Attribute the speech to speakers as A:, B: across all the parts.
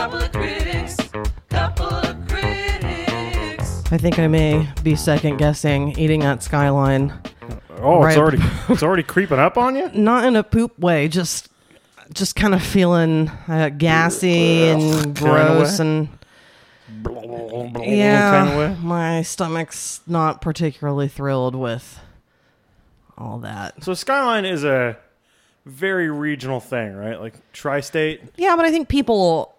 A: critics, couple of critics.
B: I think I may be second guessing eating at Skyline.
C: Oh,
B: Right.
C: it's already it's already creeping up on you.
B: Not in a poop way, just just kind of feeling uh, gassy
C: Uh,
B: and gross and yeah,
C: Kind of way.
B: my stomach's not particularly thrilled with all that.
C: So Skyline is a very regional thing, right? Like tri-state.
B: Yeah, but I think people,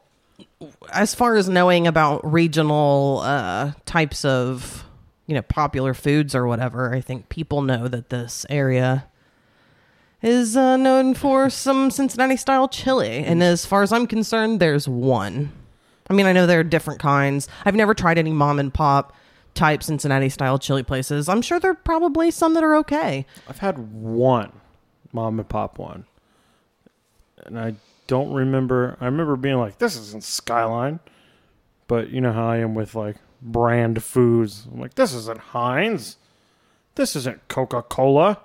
B: as far as knowing about regional uh, types of, you know, popular foods or whatever, I think people know that this area is uh, known for some Cincinnati style chili. And as far as I'm concerned, there's one. I mean, I know there are different kinds. I've never tried any mom and pop type Cincinnati style chili places. I'm sure there are probably some that are okay.
C: I've had one mom and pop one, and I don't remember. I remember being like, "This isn't Skyline," but you know how I am with like brand foods. I'm like, "This isn't Heinz. This isn't Coca Cola."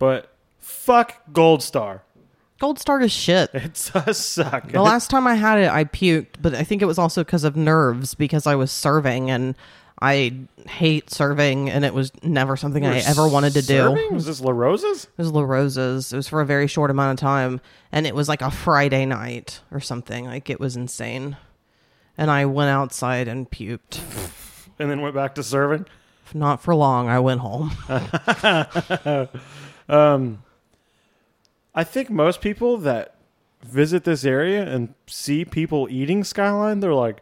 C: But fuck Gold Star.
B: Gold Star is shit.
C: It's a suck.
B: The last time I had it, I puked, but I think it was also because of nerves because I was serving and I hate serving, and it was never something I ever wanted to do.
C: Serving? Was this La Rosa's?
B: It was La Rosa's. It was for a very short amount of time, and it was like a Friday night or something. Like it was insane. And I went outside and puked.
C: And then went back to serving.
B: Not for long. I went home.
C: I think most people that visit this area and see people eating Skyline, they're like,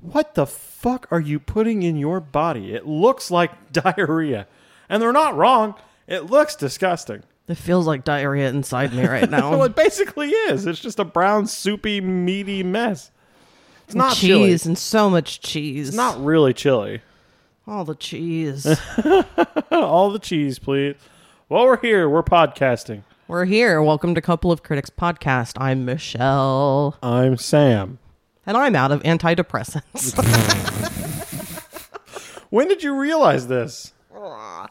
C: what the fuck are you putting in your body? It looks like diarrhea. And they're not wrong. It looks disgusting.
B: It feels like diarrhea inside me right
C: Well,
B: now.
C: it basically is. It's just a brown, soupy, meaty mess. It's not chili.
B: cheese
C: It's
B: and so much cheese.
C: not really chili.
B: all the cheese.
C: All the cheese, please. While we're here, we're podcasting.
B: We're here. Welcome to Couple of Critics podcast. I'm Michelle.
C: I'm Sam.
B: and I'm out of antidepressants.
C: When did you realize this?
B: I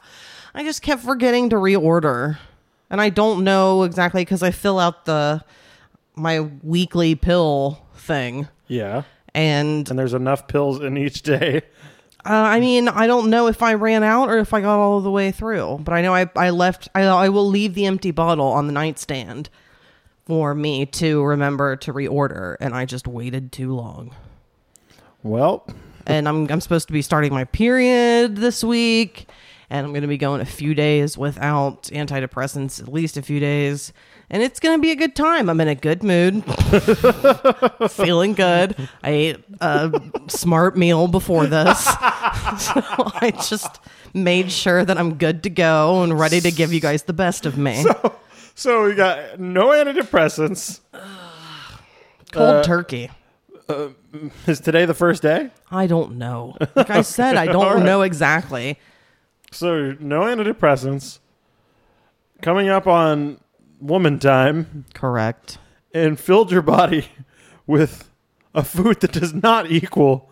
B: just kept forgetting to reorder. And I don't know exactly because I fill out the my weekly pill thing.
C: Yeah.
B: And uh,
C: And there's enough pills in each day.
B: I mean, I don't know if I ran out or if I got all the way through, but I know I, I left, I, I will leave the empty bottle on the nightstand for me to remember to reorder. And I just waited too long.
C: Well,
B: and I'm I'm supposed to be starting my period this week, and I'm going to be going a few days without antidepressants, at least a few days, and it's going to be a good time. I'm in a good mood, feeling good. I ate a smart meal before this, so I just made sure that I'm good to go and ready to give you guys the best of me.
C: So we got no antidepressants.
B: Cold turkey.
C: Is today the first day?
B: I don't know. Like I said, I don't know exactly.
C: So no antidepressants. Coming up on woman time
B: Correct.
C: and filled your body with a food that does not equal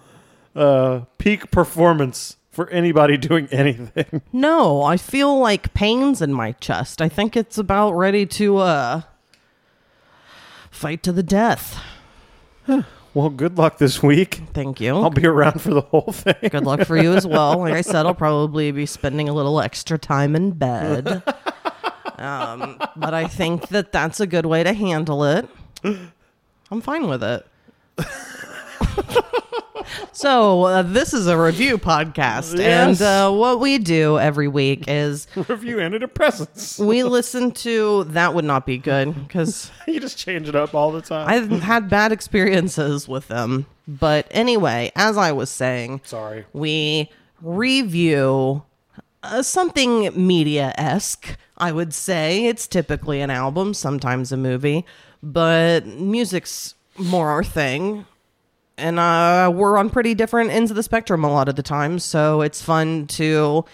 C: uh, peak performance for anybody doing anything.
B: No, I feel like pains in my chest. I think it's about ready to uh fight to the death.
C: Well, good luck this week.
B: Thank
C: I'll
B: you.
C: be around for the whole thing.
B: Good luck for you as well. Like I said, I'll probably be spending a little extra time in bed. Um, but I think that that's a good way to handle it. I'm fine with it. so, uh, this is a review podcast. And
C: Yes.
B: uh, what we do every week is
C: Review antidepressants.
B: we listen to That Would Not Be Good because.
C: You just change it up all the time.
B: I've had bad experiences with them. But anyway, as I was saying,
C: Sorry.
B: we review uh, something media esque, I would say. It's typically an album, sometimes a movie, but music's more our thing. And uh, we're on pretty different ends of the spectrum a lot of the time. So it's fun to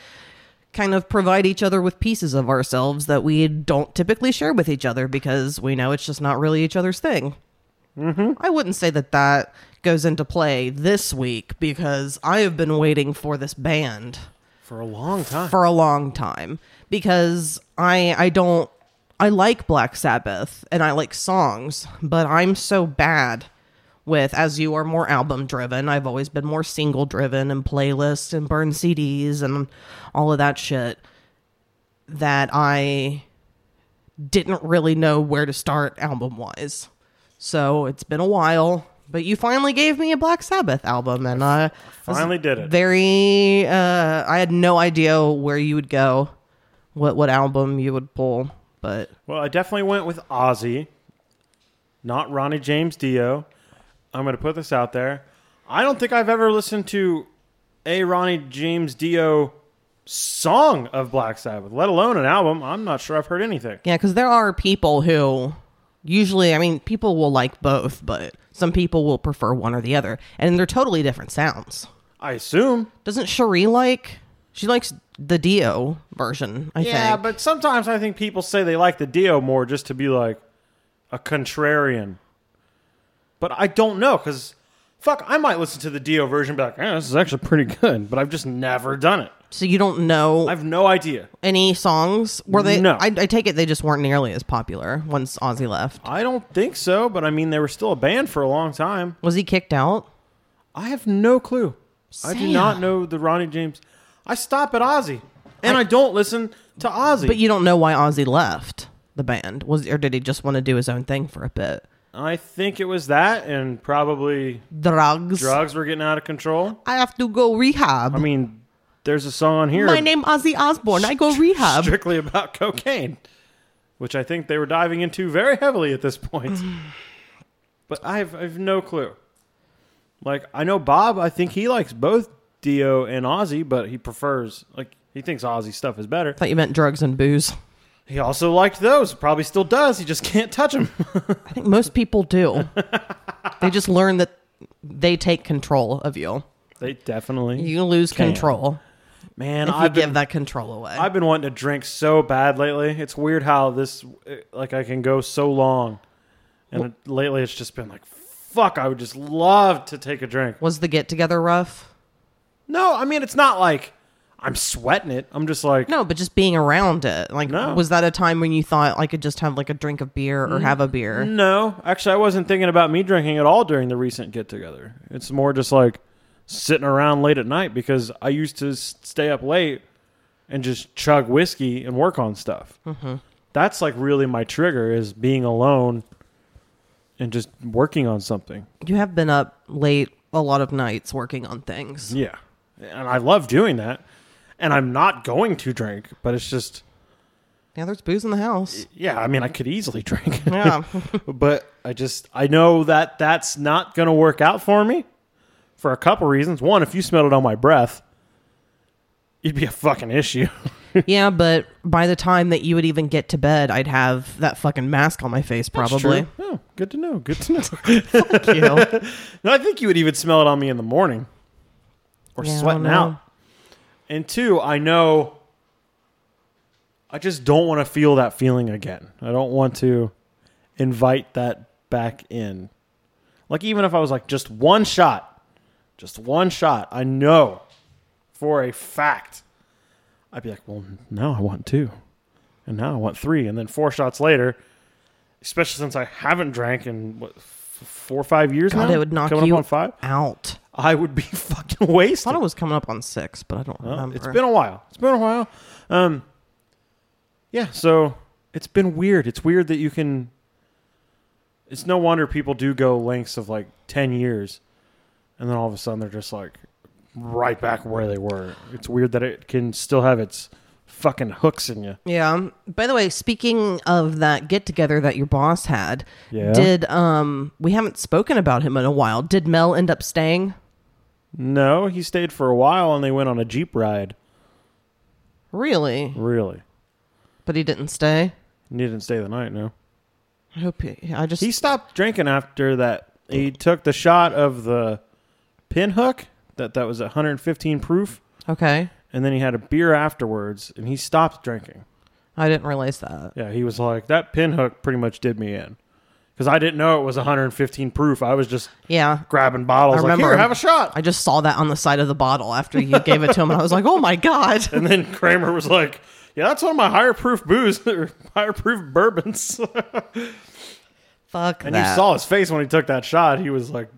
B: kind of provide each other with pieces of ourselves that we don't typically share with each other because we know it's just not really each other's thing. I wouldn't say that that goes into play this week because I have been waiting for this band
C: For a long time.
B: for a long time because I I don't I like Black Sabbath and I like songs, but I'm so bad with as you are more album driven. I've always been more single driven and playlists and burn CDs and all of that shit that I didn't really know where to start album wise. So it's been a while, but you finally gave me a Black Sabbath album, and I was
C: Finally did it.
B: very. Uh, I had no idea where you would go, what what album you would pull, but
C: Well, I definitely went with Ozzy, not Ronnie James Dio. I'm going to put this out there. I don't think I've ever listened to a Ronnie James Dio song of Black Sabbath, let alone an album. I'm not sure I've heard anything.
B: yeah, because there are people who usually, I mean, people will like both, but some people will prefer one or the other, and they're totally different sounds.
C: I assume.
B: Doesn't Cherie like? She likes the Dio version, I
C: Yeah,
B: think.
C: but sometimes I think people say they like the Dio more just to be like a contrarian. But I don't know because fuck, I might listen to the Dio version and be like, eh, this is actually pretty good, but I've just never done it.
B: so you don't know
C: I have no idea.
B: any songs? Were they?
C: No.
B: I, I take it they just weren't nearly as popular once Ozzy left.
C: I don't think so, but I mean, they were still a band for a long time.
B: Was he kicked out?
C: I have no clue. I do
B: Sam.
C: not know the Ronnie James. I stop at Ozzy, and I, don't listen to Ozzy.
B: But you don't know why Ozzy left the band. Was or did he just want to do his own thing for a bit?
C: I think it was that, and probably
B: Drugs.
C: drugs were getting out of control.
B: I have to go rehab.
C: I mean, there's a song on here.
B: My name Ozzy Osbourne. I go rehab.
C: strictly about cocaine, which I think they were diving into very heavily at this point. but I have, I have no clue. Like I know Bob, I think he likes both Dio and Ozzy, but he prefers like he thinks Ozzy stuff is better.
B: Thought you meant drugs and booze.
C: He also liked those, probably still does. He just can't touch them.
B: I think most people do. they just learn that they take control of you.
C: they definitely.
B: You lose
C: Can.
B: control
C: Man,
B: if you
C: I've
B: give
C: been
B: that control away.
C: I've been wanting to drink so bad lately. It's weird how this like I can go so long, and it, lately it's just been like, fuck. I would just love to take a drink.
B: Was the get together rough?
C: No, I mean it's not like I'm sweating it. I'm just like
B: No, but just being around it. Like,
C: No. Mm-hmm.
B: was that a time when you thought I could just have like a drink of beer or have a beer?
C: no. Actually, I wasn't thinking about me drinking at all during the recent get together. It's more just like sitting around late at night because I used to s- stay up late and just chug whiskey and work on stuff. That's like really my trigger is being alone and just working on something.
B: You have been up late a lot of nights working on things.
C: Yeah. And I love doing that. And I'm not going to drink, but it's just
B: Yeah, there's booze in the house.
C: yeah, I mean I could easily drink.
B: Yeah.
C: but I just I know that that's not going to work out for me for a couple reasons. One, if you smelled it on my breath, it'd be a fucking issue.
B: yeah, but by the time that you would even get to bed, I'd have that fucking mask on my face probably.
C: Oh, good to know. Good to know.
B: You.
C: no, I think you would even smell it on me in the morning or
B: Yeah, I
C: sweating
B: don't know.
C: out. And two, I know I just don't want to feel that feeling again. I don't want to invite that back in. Like even if I was like just one shot, just one shot, I know for a fact. I'd be like, well, now I want two, and now I want three, and then four shots later. Especially since I haven't drank in what f- four or five years
B: God,
C: now,
B: it would knock
C: coming
B: you
C: up on five.
B: out.
C: I would be fucking
B: I
C: wasted.
B: thought it was coming up on six, but I don't
C: Well,
B: remember.
C: it's been a while. Um, It's been a while. Um, yeah, so it's been weird. It's weird that you can. It's no wonder people do go lengths of like 10 years and then all of a sudden they're just like right back where they were. It's weird that it can still have its fucking hooks in you.
B: Yeah. By the way, speaking of that get together that your boss had,
C: Yeah.
B: did um we haven't spoken about him in a while. Did Mel end up staying?
C: No, he stayed for a while and they went on a Jeep ride.
B: Really?
C: Really?
B: But he didn't stay.
C: And he didn't stay the night, no.
B: I hope he, I just
C: He stopped drinking after that. He took the shot of the pinhook that that was 115 proof,
B: okay.
C: and then he had a beer afterwards, and he stopped drinking.
B: I didn't realize that.
C: Yeah, he was like that pinhook pretty much did me in because I didn't know it was 115 proof. I was just
B: Yeah.
C: grabbing bottles.
B: I
C: like,
B: remember
C: Here,
B: him.
C: have a shot.
B: I just saw that on the side of the bottle after you gave it to him and I was like, "Oh my god."
C: And then Kramer was like, "Yeah, that's one of my higher proof booze or higher proof bourbons."
B: Fuck
C: and
B: that.
C: you saw his face when he took that shot. He was like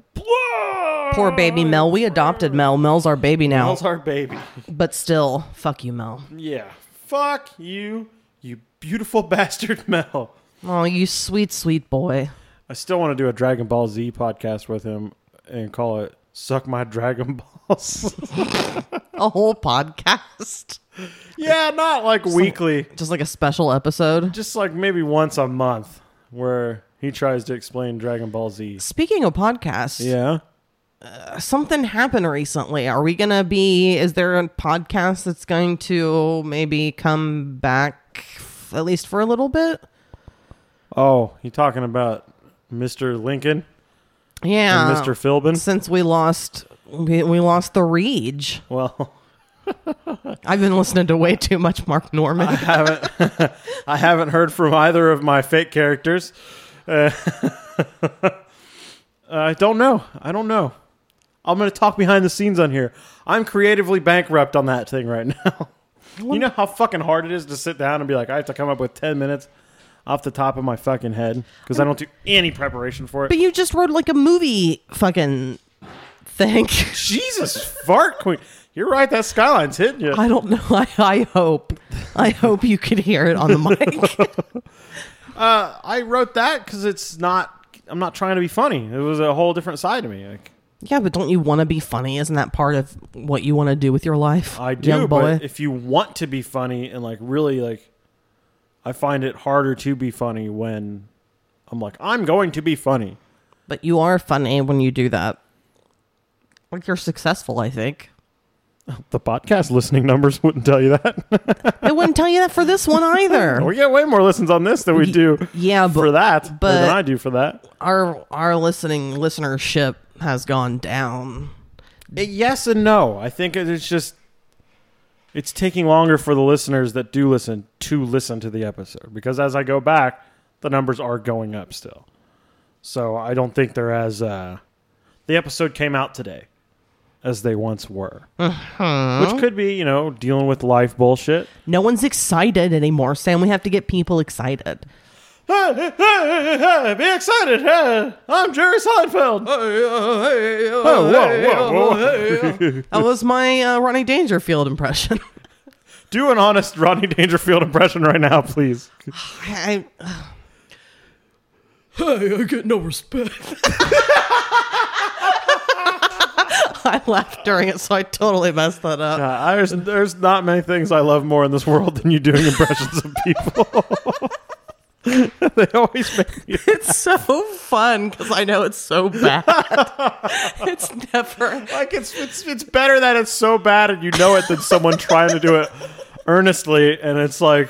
B: Poor baby Mel. We adopted Mel. Mel's our baby now.
C: Mel's our baby.
B: but still, fuck you, Mel.
C: Yeah. Fuck you, you beautiful bastard, Mel.
B: Oh, you sweet, sweet boy.
C: I still want to do a Dragon Ball Z podcast with him and call it "Suck My Dragon Balls."
B: A whole podcast.
C: yeah, not like weekly,
B: Just like a special episode.
C: just like maybe once a month, where he tries to explain Dragon Ball Z.
B: Speaking of podcasts,
C: Yeah.
B: something happened recently. Are we going to be, is there a podcast that's going to maybe come back f- at least for a little bit?
C: Oh, you talking about Mr. Lincoln
B: Yeah.
C: and Mr. Philbin?
B: Since we lost, we, we lost the Reach.
C: Well,
B: I've been listening to way too much Mark Norman.
C: I haven't heard from either of my fake characters. Uh, I don't know. I don't know. I'm going to talk behind the scenes on here. I'm creatively bankrupt on that thing right now. you know how fucking hard it is to sit down and be like, I have to come up with 10 minutes off the top of my fucking head because I don't do any preparation for it.
B: But you just wrote like a movie fucking thing.
C: Jesus, fart queen. You're right. That skyline's hitting you.
B: I don't know. I, I hope. I hope you could hear it on the mic.
C: Uh, I wrote that because it's not. I'm not trying to be funny. It was a whole different side to me. Like,
B: yeah, but don't you want to be funny? Isn't that part of what you want to do with your life?
C: I do,
B: young boy.
C: but if you want to be funny and like really like, I find it harder to be funny when I'm like I'm going to be funny.
B: but you are funny when you do that. Like you're successful, I think.
C: The podcast listening numbers wouldn't tell you that.
B: They wouldn't tell you that for this one either.
C: we get Oh, way more listens on this than we do
B: Yeah, but
C: for that or
B: but-
C: than I do for that.
B: our our listening listenership has gone down.
C: Uh, yes and no. I think it- it's just it's taking longer for the listeners that do listen to listen to the episode because as I go back, the numbers are going up still. So I don't think they're as uh, the episode came out today as they once were, which could be you know dealing with life bullshit.
B: No one's excited anymore, Sam. We have to get people excited.
C: be excited! I'm Jerry Seinfeld.
B: Oh, That was my uh, Ronnie Dangerfield impression.
C: Do an honest Rodney Dangerfield impression right now, please.
B: I,
D: Hey, I get no respect.
B: I laughed during it, so I totally messed that up.
C: Uh, there's, there's not many things I love more in this world than you doing impressions of people. they always make me.
B: It's so fun because I know it's so bad. it's never.
C: Like it's, it's it's better that it's so bad and you know it than someone trying to do it earnestly and it's like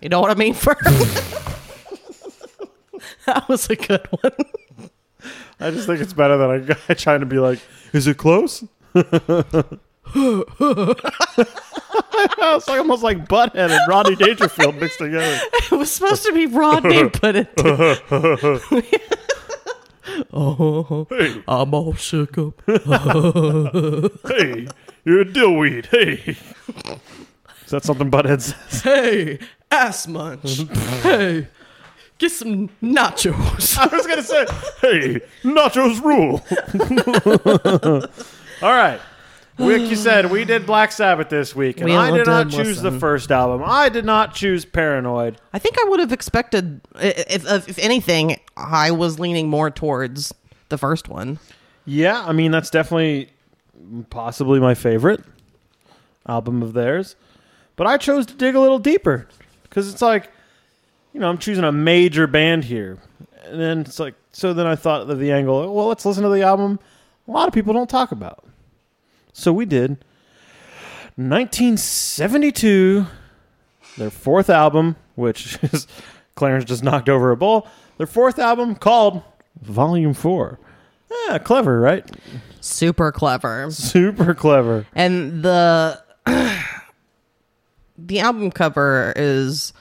B: You know what I mean? For that was a good one.
C: I just think it's better than a guy trying to be like, is it close? it's like almost like Butthead and Rodney Dangerfield mixed together.
B: It was supposed to be Rodney, but it. oh, I'm all shook up.
C: Hey, you're a dillweed. Hey, is that something Butthead says?
D: Hey, ass munch. hey, get some nachos.
C: I was gonna say, hey, nachos rule. All right. Like you said, we did Black Sabbath this week, and
B: We
C: I
B: all
C: did not
B: did
C: choose the
B: listen.
C: first album. I did not choose Paranoid.
B: I think I would have expected, i- if, if, if anything, I was leaning more towards the first one.
C: Yeah, I mean that's definitely possibly my favorite album of theirs, but I chose to dig a little deeper because it's like, you know, I'm choosing a major band here, and then it's like, so then I thought of the angle. Well, let's listen to the album a lot of people don't talk about. So we did 1972, their fourth album, which is Clarence just knocked over a bowl. Their fourth album called Volume Four. Yeah, clever, right?
B: Super clever.
C: Super clever.
B: and the the album cover is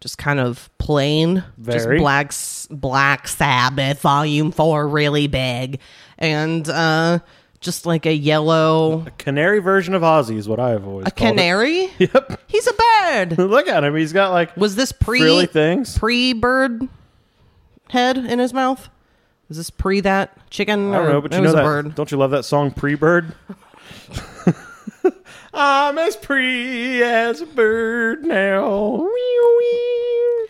B: just kind of plain
C: Very.
B: just black S- black sabbath volume 4 really big and uh just like a yellow
C: Canary version of Ozzy is what I have always
B: a
C: called it.
B: canary
C: Yep.
B: he's a bird
C: Look at him. He's got like
B: was this pre
C: frilly things.
B: pre bird head in his mouth Is this pre that chicken?
C: I don't
B: or-
C: know, but
B: it
C: you know
B: was a
C: that.
B: bird.
C: Don't you love that song, Pre Bird? I'm as pre as a bird now. Meow, meow.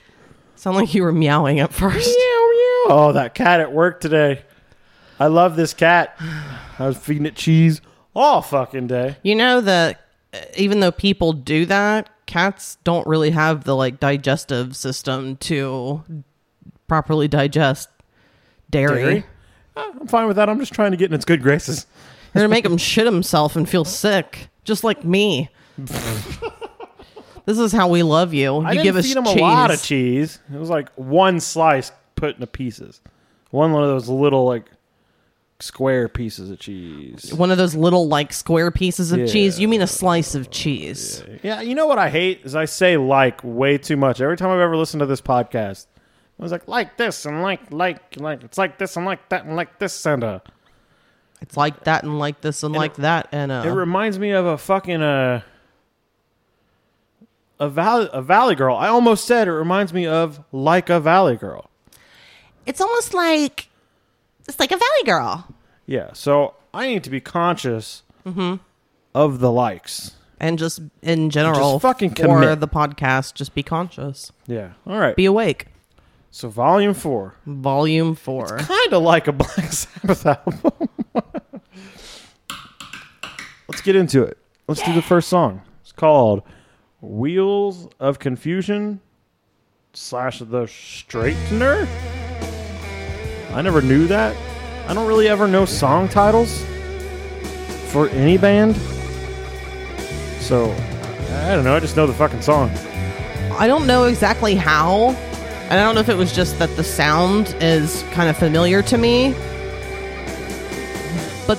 B: Sound like you were meowing at first.
C: Meow, meow. Oh, that cat at work today. I love this cat. I was feeding it cheese all fucking day.
B: You know that uh, even though people do that, cats don't really have the like digestive system to properly digest dairy.
C: Dairy? Uh, I'm fine with that. I'm just trying to get in its good graces.
B: You're gonna make him shit himself and feel sick, just like me. this is how we love you. You
C: I didn't
B: give us
C: feed him
B: cheese.
C: a lot of cheese. It was like one slice put into pieces. One of those little like square pieces of cheese.
B: One of those little like square pieces of
C: Yeah.
B: cheese. You mean a slice of cheese?
C: Yeah, you know what I hate is I say like way too much. Every time I've ever listened to this podcast, I was like like this and like like like it's like this and like that and like this and uh.
B: It's like that and like this and, like that and uh,
C: It reminds me of a fucking uh a valley a valley girl. I almost said it reminds me of like a valley girl.
B: it's almost like it's like a valley girl.
C: Yeah, so I need to be conscious of the likes.
B: and just in general
C: fucking
B: for
C: commit.
B: the podcast just be conscious
C: Yeah. All right.
B: be awake
C: so volume four,
B: volume 4
C: kind of like a Black Sabbath album. Let's get into it. Let's do the first song. It's called "Wheels of Confusion" slash the Straightener. I never knew that. I don't really ever know song titles for any band. So, I don't know. I just know the fucking song.
B: i don't know exactly how and i don't know if it was just that the sound is kind of familiar to me but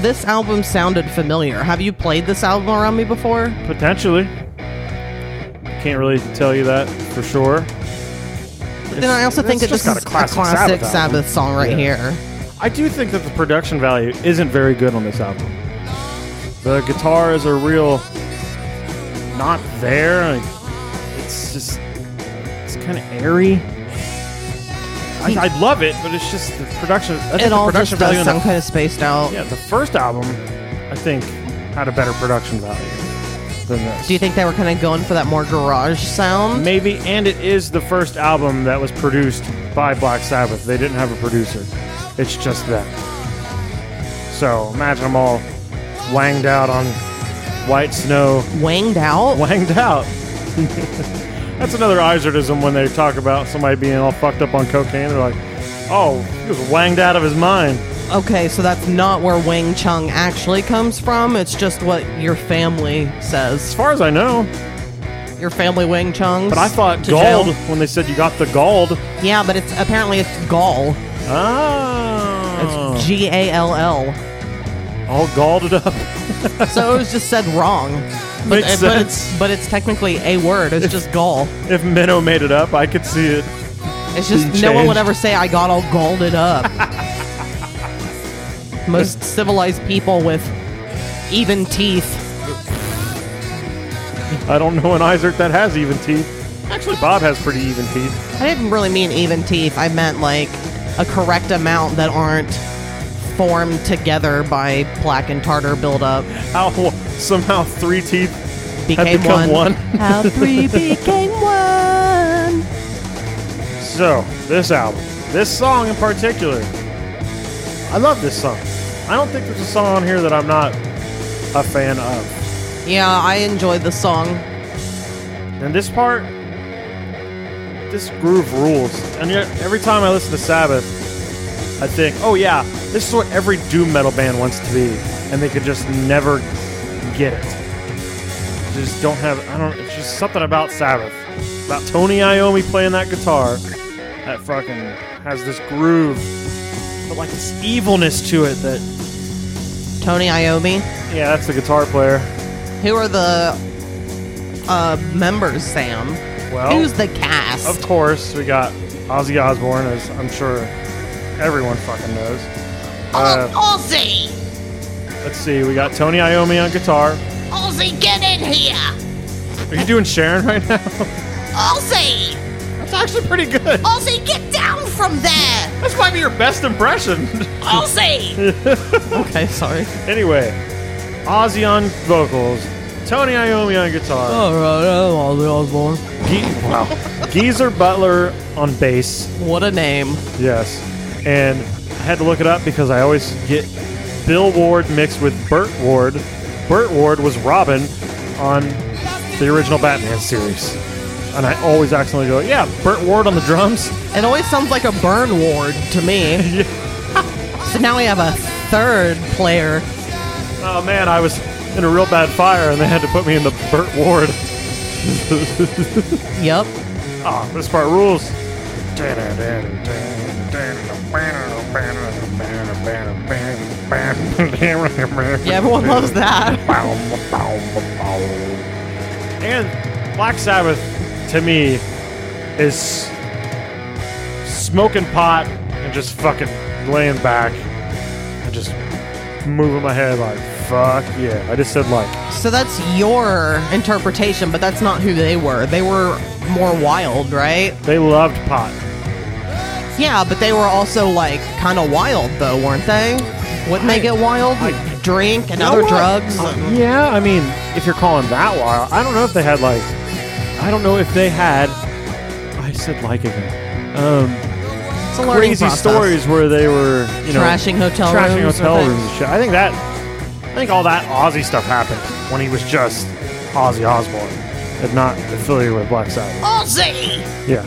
B: this album sounded familiar have you played this album around me before
C: Potentially. Can't really tell you that for sure.
B: but then i also
C: it's
B: think that this
C: just got
B: is
C: a classic
B: classic
C: Sabbath
B: sabbath,
C: album.
B: song right
C: Yeah.
B: here
C: I do think that the production value isn't very good on this album. The guitars are real not there. like, It's just it's kind of airy. I, I love it, but it's just the production. I think
B: Hmm. it
C: the
B: all
C: production
B: just does
C: value on
B: sound
C: the,
B: kind of spaced out
C: yeah, the first album, I think, had a better production value than this.
B: do you think they were kind of going for that more garage sound
C: Maybe, and it is the first album that was produced by Black Sabbath. They didn't have a producer. It's just them. So imagine them all wanged out on white snow.
B: wanged out
C: Wanged out. That's another Izardism when they talk about somebody being all fucked up on cocaine. They're like, oh, he was wanged out of his mind.
B: Okay, so that's not where Wing Chun actually comes from. It's just what your family
C: As
B: says.
C: far as I know.
B: Your family Wing Chungs.
C: But I thought
B: to
C: galled
B: jail.
C: when they said you got the galled.
B: Yeah, but it's apparently it's gall.
C: Oh.
B: It's G A L L.
C: all galled up.
B: So it was just said wrong. But,
C: Makes
B: but
C: sense.
B: it's but it's technically a word. It's just gall.
C: If Minnow made it up, I could see it.
B: It's just
C: Didn't
B: no one would
C: change.
B: ever say I got all galled up. Most civilized people with even teeth.
C: I don't know an Isaac that has even teeth. Actually, Bob has pretty even teeth.
B: I didn't really mean even teeth. I meant like a correct amount that aren't formed together by plaque and tartar buildup.
C: How somehow three teeth
B: Became
C: become one.
B: How three became one.
C: So, this album, this song in particular, I love this song. I don't think there's a song on here that I'm not a fan of.
B: Yeah, I enjoyed the song.
C: And this part, this groove rules. And yet, every time I listen to Sabbath, I think, oh yeah, this is what every doom metal band wants to be, and they could just never get it. They just don't have. I don't. It's just something about Sabbath, about Tony Iommi playing that guitar, that fucking has this groove, but like this evilness to it. That
B: Tony Iommi.
C: yeah, that's the guitar player.
B: Who are the uh, members, Sam?
C: Well,
B: Who's the cast?
C: Of course, we got Ozzy Osbourne, as I'm sure everyone fucking knows. Uh,
E: Ozzy!
C: let's see, we got Tony Iommi on guitar.
E: Ozzy, get in here!
C: Are you doing Sharon right now?
E: Ozzy!
C: That's actually pretty good.
E: Halsey, get down from there!
C: This might be your best impression.
E: Halsey!
B: Okay, sorry.
C: anyway, Ozzy on vocals, Tony Iommi on guitar.
B: All right, all the Osborne.
C: Ge- wow. Geezer Butler on bass.
B: What a name.
C: Yes. And I had to look it up because I always get Bill Ward mixed with Burt Ward. Burt Ward was Robin on the original Batman series. And I always accidentally go, yeah, Burt Ward on the drums.
B: It always sounds like a burn ward to me. so now we have a third player.
C: Oh man, I was in a real bad fire and they had to put me in the Burt Ward.
B: Yep.
C: Oh, this part rules.
B: Yeah, everyone loves that.
C: And Black Sabbath, to me, is smoking pot and just fucking laying back and just moving my head like, fuck yeah. I just said like,
B: So that's your interpretation, but that's not who they were. They were more wild, right?
C: they loved pot.
B: Yeah, but they were also like kind of wild though, weren't they? Wouldn't they get wild? Drink and other
C: what? Uh,
B: drugs.
C: Yeah, I mean, if you're calling that wild, I don't know if they had like, I don't know if they had, I said like again. Um,
B: it's a learning
C: crazy
B: process.
C: stories where they were you know
B: Trashing hotel
C: trashing
B: rooms
C: hotel
B: or things.
C: rooms and shit. I think that I think all that Aussie stuff happened when he was just Ozzy Osbourne and not affiliated with Black Sabbath.
E: Halsey!
C: Yeah,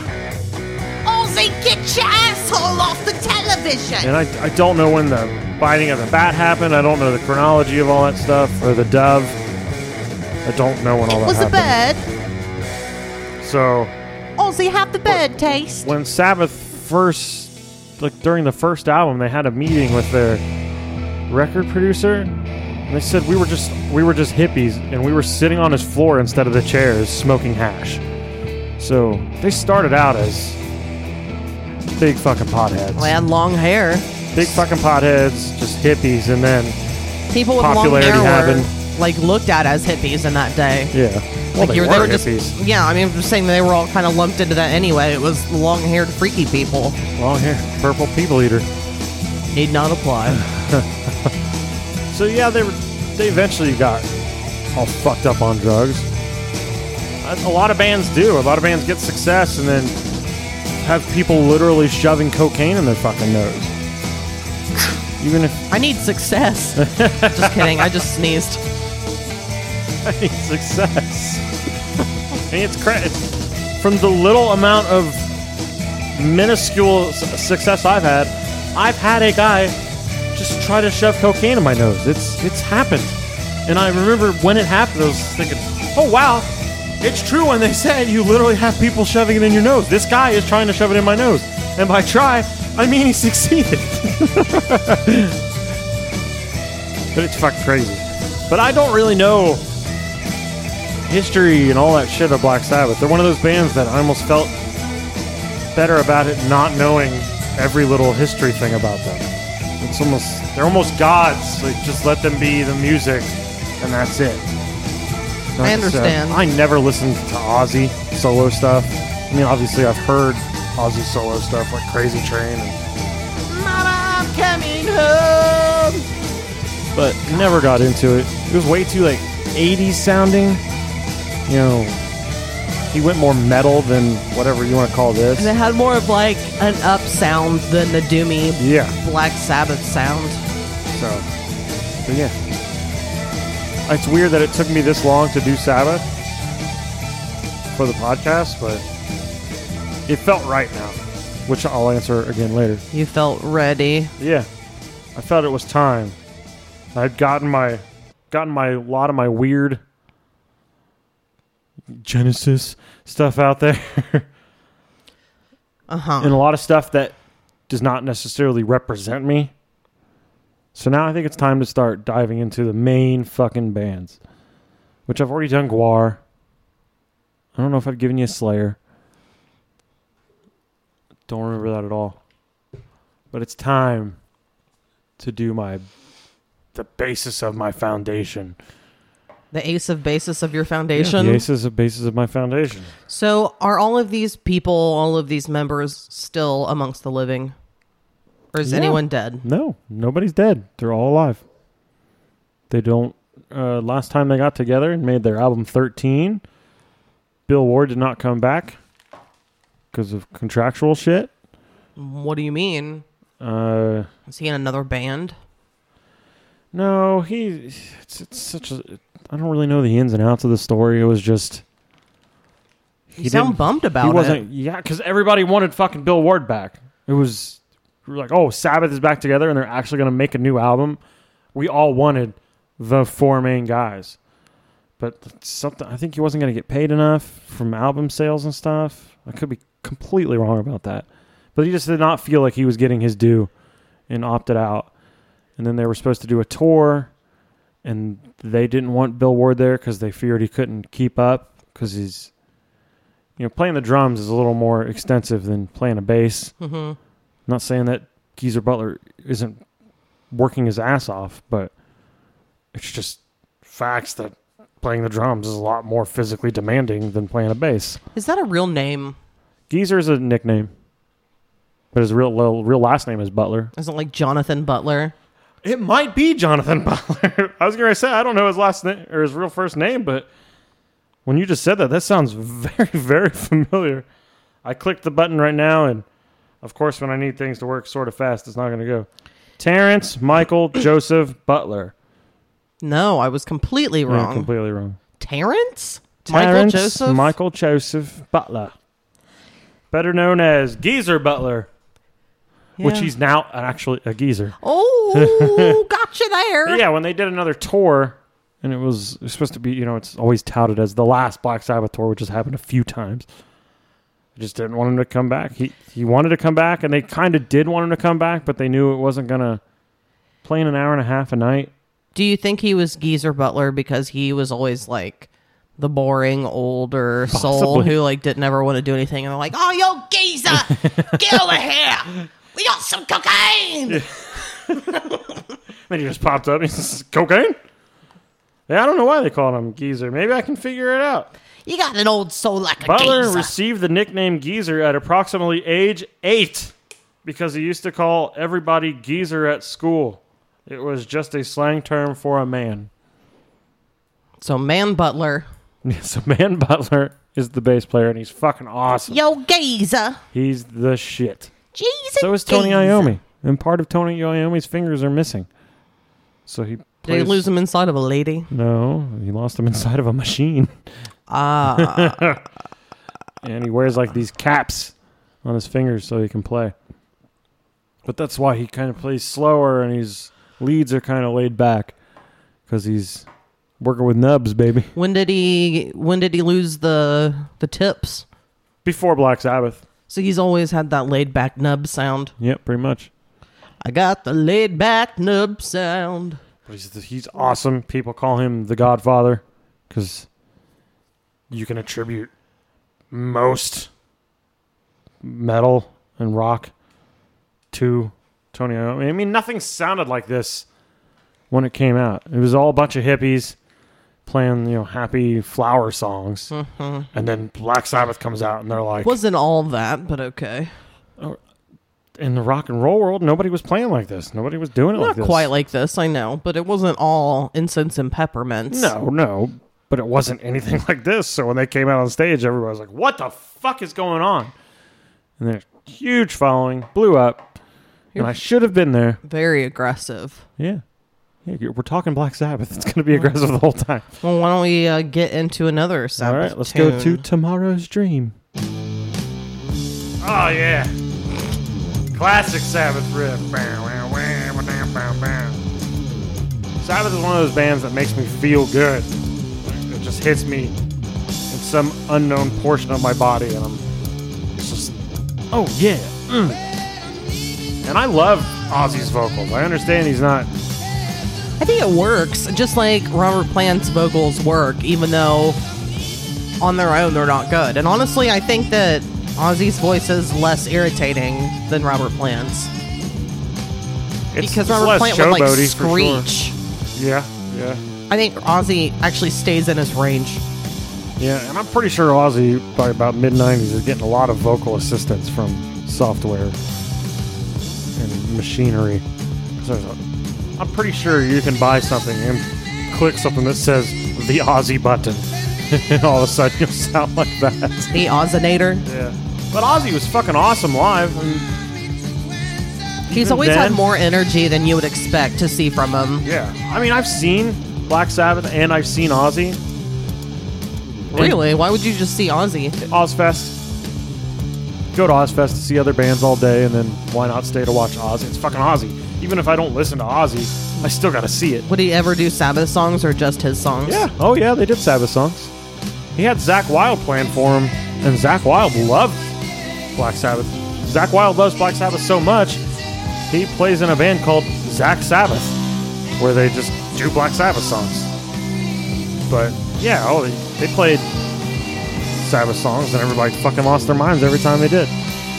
E: Halsey, get your asshole off the television!
C: and I, I don't know when the biting of the bat happened. I don't know the chronology of all that stuff or the dove. I don't know when all that
E: Was a
C: happened.
E: bird?
C: So
E: Halsey, have the bird taste.
C: when Sabbath first, like during the first album, they had a meeting with their record producer, and they said we were just we were just hippies, and we were sitting on his floor instead of the chairs, smoking hash. So they started out as big fucking potheads,
B: They had long hair.
C: big fucking potheads, just hippies, and then
B: People with
C: Popularity
B: long hair were
C: happened.
B: like looked at as hippies in that day.
C: yeah, well
B: like
C: they,
B: you
C: were,
B: they were
C: hippies.
B: just yeah. I mean, I'm just saying they were all kind of lumped into that anyway. It was long-haired freaky people.
C: Long hair, purple people eater.
B: Need not apply.
C: So yeah, they were, they eventually got all fucked up on drugs. A a lot of bands do. A lot of bands get success and then have people literally shoving cocaine in their fucking nose. Even if
B: I need success. just kidding. I just sneezed.
C: I need success, and it's cra- it's- from the little amount of minuscule s- success I've had, I've had a guy just try to shove cocaine in my nose. It's it's happened, and I remember when it happened, I was thinking, oh wow. It's true when they said you literally have people shoving it in your nose. This guy is trying to shove it in my nose. And by try, I mean he succeeded. but it's fucking crazy. But I don't really know history and all that shit of Black Sabbath. They're one of those bands that I almost felt better about it not knowing every little history thing about them. It's almost they're almost gods. Like just let them be the music, and that's it. Like
B: I
C: said,
B: understand.
C: I never listened to Ozzy solo stuff. I mean, obviously I've heard Ozzy solo stuff like Crazy Train and. But never got into it. It was way too like 80s sounding. You know, he went more metal than whatever you want to call this.
B: And it had more of like an up sound than the doomy
C: Yeah.
B: Black Sabbath sound.
C: So, but yeah. It's weird that it took me this long to do Sabbath for the podcast, but it felt right now, which I'll answer again later.
B: You felt ready.
C: Yeah, I felt it was time. I'd gotten my, gotten my lot of my weird Genesis stuff out there,
B: Uh huh.
C: and a lot of stuff that does not necessarily represent me. So now I think it's time to start diving into the main fucking bands, which I've already done. Guar. I don't know if I've given you Slayer. Don't remember that at all. But it's time to do my the basis of my foundation,
B: The ace of basis of your
C: The
B: foundation.
C: basis of basis of my foundation.
B: So, are all of these people, all of these members, still amongst the living, or is
C: Yeah.
B: anyone dead?
C: No, nobody's dead. They're all alive. They don't. Uh, last time they got together and made their album 13, Bill Ward did not come back because of contractual shit.
B: What do you mean?
C: Uh,
B: Is he in another band?
C: no, he. It's, it's such a. I don't really know the ins and outs of the story. It was just.
B: You sound
C: didn't-
B: bummed about
C: he
B: it.
C: wasn't. Yeah, because everybody wanted fucking Bill Ward back. It was we were like, oh, Sabbath is back together, and they're actually going to make a new album. We all wanted the four main guys, but something. I think he wasn't going to get paid enough from album sales and stuff. I could be completely wrong about that, but he just did not feel like he was getting his due, and opted out. And then they were supposed to do a tour, and they didn't want Bill Ward there because they feared he couldn't keep up because he's you know, playing the drums is a little more extensive than playing a bass. Mm-hmm. not saying that Geezer Butler isn't working his ass off, but it's just facts that playing the drums is a lot more physically demanding than playing a bass.
B: Is that a real name?
C: Geezer is a nickname, but his real real- real last name is Butler.
B: Is it like Jonathan Butler?
C: It might be Jonathan Butler. I was gonna say I don't know his last name or his real first name, but when you just said that, that sounds very, very familiar. I clicked the button right now, and of course, when I need things to work sort of fast, it's not gonna go. Terrence Michael Joseph Butler.
B: No, I was completely
C: Yeah,
B: wrong.
C: completely wrong.
B: Terrence?
C: Terrence
B: Michael Joseph?
C: Michael Joseph Butler, better known as Geezer Butler, which
B: Yeah.
C: he's now actually a geezer.
B: Oh, gotcha there.
C: yeah, when they did another tour, and it was, it was supposed to be, you know, it's always touted as the last Black Sabbath tour, which has happened a few times. I just didn't want him to come back. He he wanted to come back, and they kind of did want him to come back, but they knew it wasn't gonna playing an hour and a half a night.
B: Do you think he was Geezer Butler because he was always like the boring older soul
C: Possibly.
B: who like didn't ever want to do anything and they're like, "Oh, yo,
E: Geezer, get over here. We got some cocaine.
C: Then he just popped up. and He says, "Cocaine." Yeah, I don't know why they called him Geezer. Maybe I can figure it out.
E: You got an old soul like a
C: Butler
E: geezer.
C: received the nickname Geezer at approximately age eight because he used to call everybody Geezer at school. It was just a slang term for a man.
B: so man Butler."
C: so, Man Butler is the bass player, and he's fucking awesome.
E: Yo, geezer.
C: He's the shit.
E: Jesus.
C: So is Tony Iommi, and part of Tony Iommi's fingers are missing. So he
B: Did
C: plays.
B: he lose him inside of a lady?
C: No, he lost them inside of a machine. Ah. and he wears like these caps on his fingers so he can play. But that's why he kind of plays slower and his leads are kind of laid back because he's working with nubs, baby.
B: When did he when did he lose the the tips?
C: Before Black Sabbath.
B: So he's always had that laid back nub sound.
C: Yep, pretty much.
B: I got the laid back nub sound.
C: But he's, he's awesome. People call him the Godfather because you can attribute most metal and rock to Tony Iommi. I mean, nothing sounded like this when it came out. It was all a bunch of hippies playing, you know, happy flower songs.
B: Mm-hmm.
C: And then Black Sabbath comes out and they're like,
B: Wasn't all that, but okay.
C: in the rock and roll world, nobody was playing like this. Nobody was doing it like
B: Not
C: this.
B: quite like this, I know, but it wasn't all incense and peppermints.
C: No, no. But it wasn't anything like this. So when they came out on stage, everybody was like, what the fuck is going on? And their huge following blew up. And I should have been there.
B: Very aggressive.
C: Yeah. Yeah, you're- we're talking Black Sabbath. It's going to be aggressive the whole time.
B: Well, why don't we uh, get into another
C: All
B: Sabbath
C: right, let's
B: tune?
C: go to Tomorrow's Dream. Oh, yeah. Classic Sabbath riff. Sabbath is one of those bands that makes me feel good. It just hits me in some unknown portion of my body, and I'm it's just, oh, yeah. mm. And I love Ozzy's vocals. I understand he's not
B: I think it works, just like Robert Plant's vocals work, even though on their own they're not good. And honestly, I think that Ozzy's voice is less irritating than Robert Plant's
C: it's,
B: because
C: it's
B: Robert
C: less
B: Plant would like
C: showboaty, for sure.
B: screech.
C: Yeah, yeah.
B: I think Ozzy actually stays in his range.
C: Yeah, and I'm pretty sure Ozzy by about mid '90s is getting a lot of vocal assistance from software and machinery. So there's a- I'm pretty sure you can buy something and click something that says the Ozzy button, and all of a sudden you'll sound like that.
B: The Ozzinator.
C: Yeah. But Ozzy was fucking awesome live.
B: He's
C: Even
B: always
C: then-
B: had more energy than you would expect to see from him.
C: Yeah. I mean, I've seen Black Sabbath and I've seen Ozzy.
B: Really? Why would you just see Ozzy?
C: Ozfest. Go to Ozfest to see other bands all day, and then why not stay to watch Ozzy? It's fucking Ozzy. Even if I don't listen to Ozzy, I still gotta see it.
B: Would he ever do Sabbath songs or just his songs?
C: Yeah. Oh yeah, they did Sabbath songs. He had Zach Wild playing for him, and Zach Wild loved Black Sabbath. Zach Wild loves Black Sabbath so much, he plays in a band called Zach Sabbath, where they just do Black Sabbath songs. But yeah, oh, they, they played Sabbath songs, and everybody fucking lost their minds every time they did.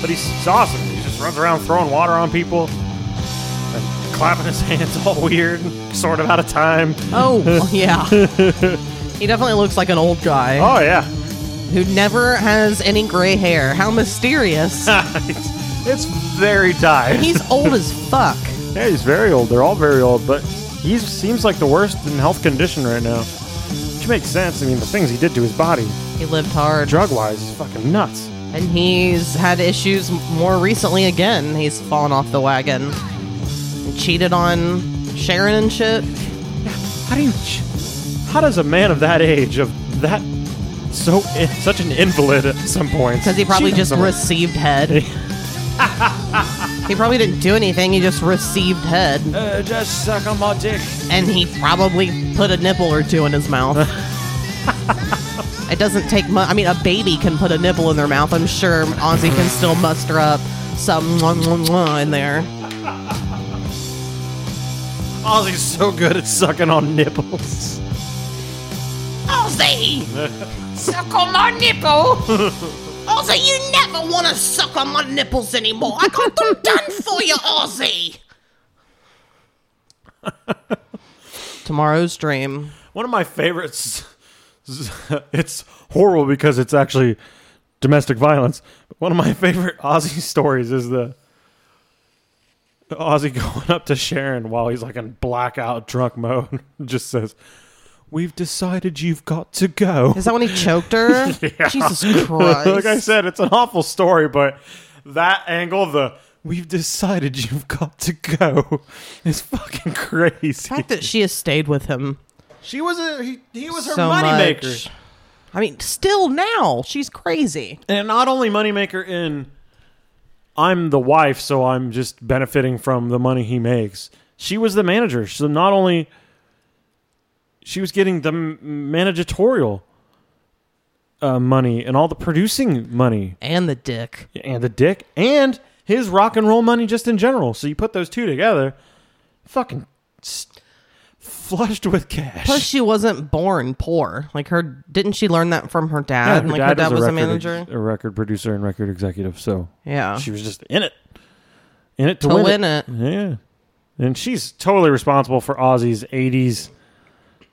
C: But he's, he's awesome. He just runs around throwing water on people and clapping his hands all weird, sort of out of time.
B: Oh, well, yeah. he definitely looks like an old guy
C: Oh yeah.
B: who never has any gray hair. How mysterious.
C: it's, it's very tied.
B: He's old as fuck.
C: yeah, he's very old. They're all very old, but he seems like the worst in health condition right now. Which makes sense. I mean, the things he did to his body,
B: He lived hard.
C: drug wise, is fucking nuts.
B: And he's had issues m- more recently again. He's fallen off the wagon. Cheated on Sharon and shit.
C: How do you? ch- How does a man of that age, of that, so such an invalid at some point?
B: Because he probably just
C: risked.
B: received head. he probably didn't do anything, he just received head.
C: Uh, just suck on my dick.
B: And he probably put a nipple or two in his mouth. it doesn't take much. I mean, a baby can put a nipple in their mouth. I'm sure Ozzy can still muster up some mwah, mwah, mwah in there.
C: Ozzy's Oh, so good at sucking on nipples.
E: Ozzy! suck on my nipple! Ozzy, you never want to suck on my nipples anymore. I got them done for you, Ozzy!
B: Tomorrow's dream.
C: One of my favorites. It's horrible because it's actually domestic violence. But one of my favorite Aussie stories is the Aussie going up to Sharon while he's like in blackout drunk mode. Just says, "We've decided you've got to go."
B: Is that when he choked her? Jesus Christ.
C: like I said, it's an awful story, but that angle, the "We've decided you've got to go," is fucking
B: the
C: crazy.
B: fact that she has stayed with him
C: She was a he, he was her
B: so
C: money
B: much.
C: maker.
B: I mean, still now, she's crazy.
C: and not only moneymaker in I'm the wife, so I'm just benefiting from the money he makes. She was the manager, so not only she was getting the m- managerial uh, money and all the producing money
B: And the dick.
C: and the dick and his rock and roll money just in general. So you put those two together, fucking s flushed with cash.
B: Plus, she wasn't born poor. Like her, didn't she learn that from her dad?
C: her
B: like her dad was a,
C: record ex-
B: manager.
C: a record producer, and record executive. So
B: Yeah.
C: she was just in it, in it to,
B: To
C: win,
B: win
C: it.
B: it.
C: Yeah, and she's totally responsible for Ozzy's '80s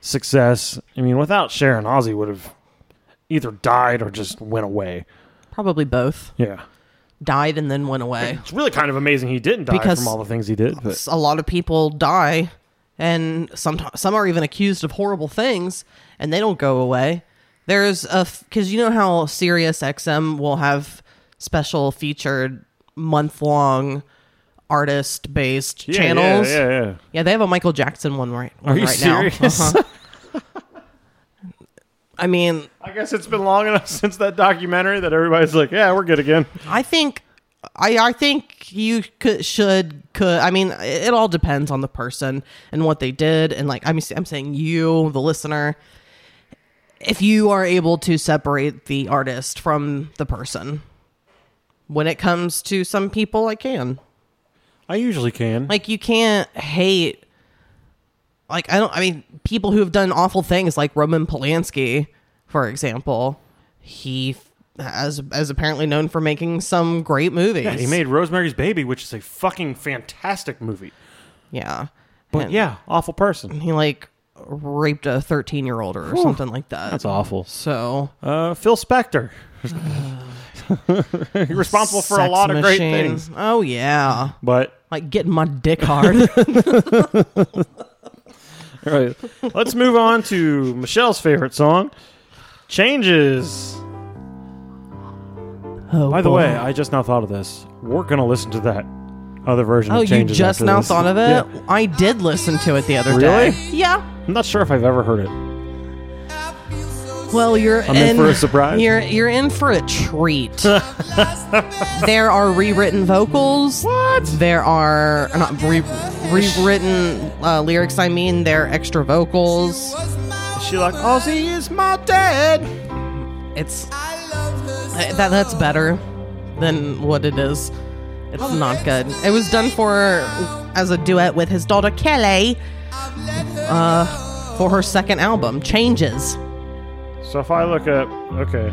C: success. I mean, without Sharon, Ozzy would have either died or just went away.
B: Probably both.
C: Yeah,
B: Died and then went away.
C: it's really kind of amazing he didn't die
B: Because-
C: from all the things he did. But
B: A lot of people die, and some some are even accused of horrible things, and they don't go away. There's a because you know how Sirius XM will have special featured month long artist based
C: Yeah,
B: channels.
C: yeah, yeah, yeah.
B: Yeah, they have a Michael Jackson one right.
C: Are you
B: right
C: serious?
B: Now. Uh-huh. I mean,
C: I guess it's been long enough since that documentary that everybody's like, "Yeah, we're good again."
B: I think I I think you could should could I mean it all depends on the person and what they did and like I'm I'm saying you the listener if you are able to separate the artist from the person when it comes to some people I can
C: I usually can.
B: like you can't hate like i don't i mean people who have done awful things like roman polanski for example he f- as as apparently known for making some great movies
C: Yeah, he made Rosemary's Baby, which is a fucking fantastic movie.
B: yeah
C: But
B: And
C: yeah, awful person.
B: he like raped a 13 year old or something like that.
C: That's awful.
B: so
C: Uh, Phil Spector. You're responsible for a
B: sex
C: lot of great
B: machine.
C: things.
B: Oh yeah,
C: But
B: like getting my dick hard.
C: all right, let's move on to Michelle's favorite song, Changes.
B: oh,
C: By the
B: boy.
C: way, I just now thought of this. We're going to listen to that other version
B: oh,
C: of
B: you
C: Changes.
B: just
C: after
B: now
C: this.
B: thought of it?
C: Yeah.
B: I did listen to it the other
C: Really?
B: day. Yeah.
C: I'm not sure if I've ever heard it.
B: Well, you're
C: I'm in for a surprise.
B: You're you're in for a treat. there are rewritten vocals. What? There are not re- rewritten uh, lyrics. I mean, they're extra vocals.
C: She like, Ozzy is my dad.
B: It's uh, that that's better than what it is. It's not good. It was done for as a duet with his daughter Kelly uh, for her second album, Changes.
C: So if I look up, okay,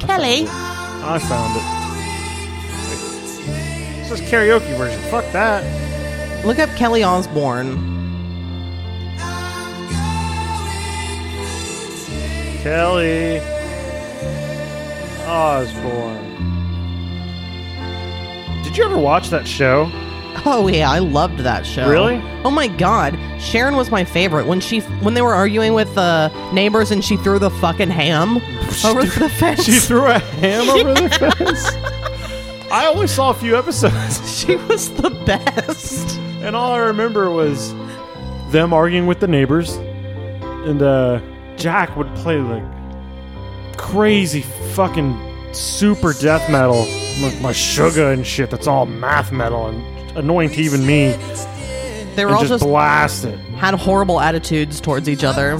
B: Kelly.
C: I found it. This is karaoke version. Fuck that.
B: Look up Kelly Osbourne.
C: Kelly Osborne. Did you ever watch that show?
B: Oh yeah, I loved that show.
C: Really?
B: Oh my god, Sharon was my favorite when she when they were arguing with the neighbors and she threw the fucking ham over the fence.
C: She threw a ham over the fence. I only saw a few episodes,
B: she was the best.
C: and all I remember was them arguing with the neighbors, and uh, Jack would play like crazy fucking super death metal, like my sugar and shit. That's all math metal and annoying to even me.
B: They were
C: And
B: all
C: just,
B: just
C: blast it.
B: had horrible attitudes towards each other.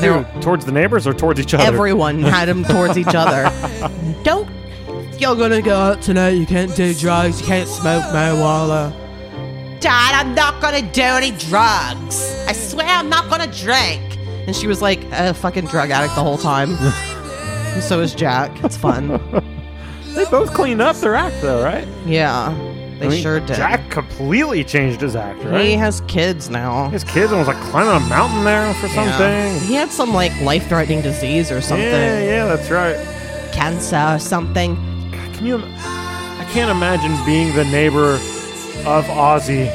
B: They were-
C: Dude, towards the neighbors or towards each other?
B: everyone had them towards each other. Don't
D: You're gonna go out tonight, you can't do drugs, you can't smoke marijuana.
B: Dad, I'm not gonna do any drugs. I swear I'm not gonna drink. And she was like a fucking drug addict the whole time. And so is Jack. It's fun.
C: they both cleaned up their act though, right?
B: Yeah, they
C: I mean,
B: sure did.
C: Jack completely changed his act, right?
B: He has kids now.
C: His kids and was like climbing a mountain there for
B: Yeah.
C: something.
B: He had some like life threatening disease or
C: Yeah,
B: something,
C: yeah, that's right.
B: cancer or something.
C: God, can you? im- I can't imagine being the neighbor of Ozzy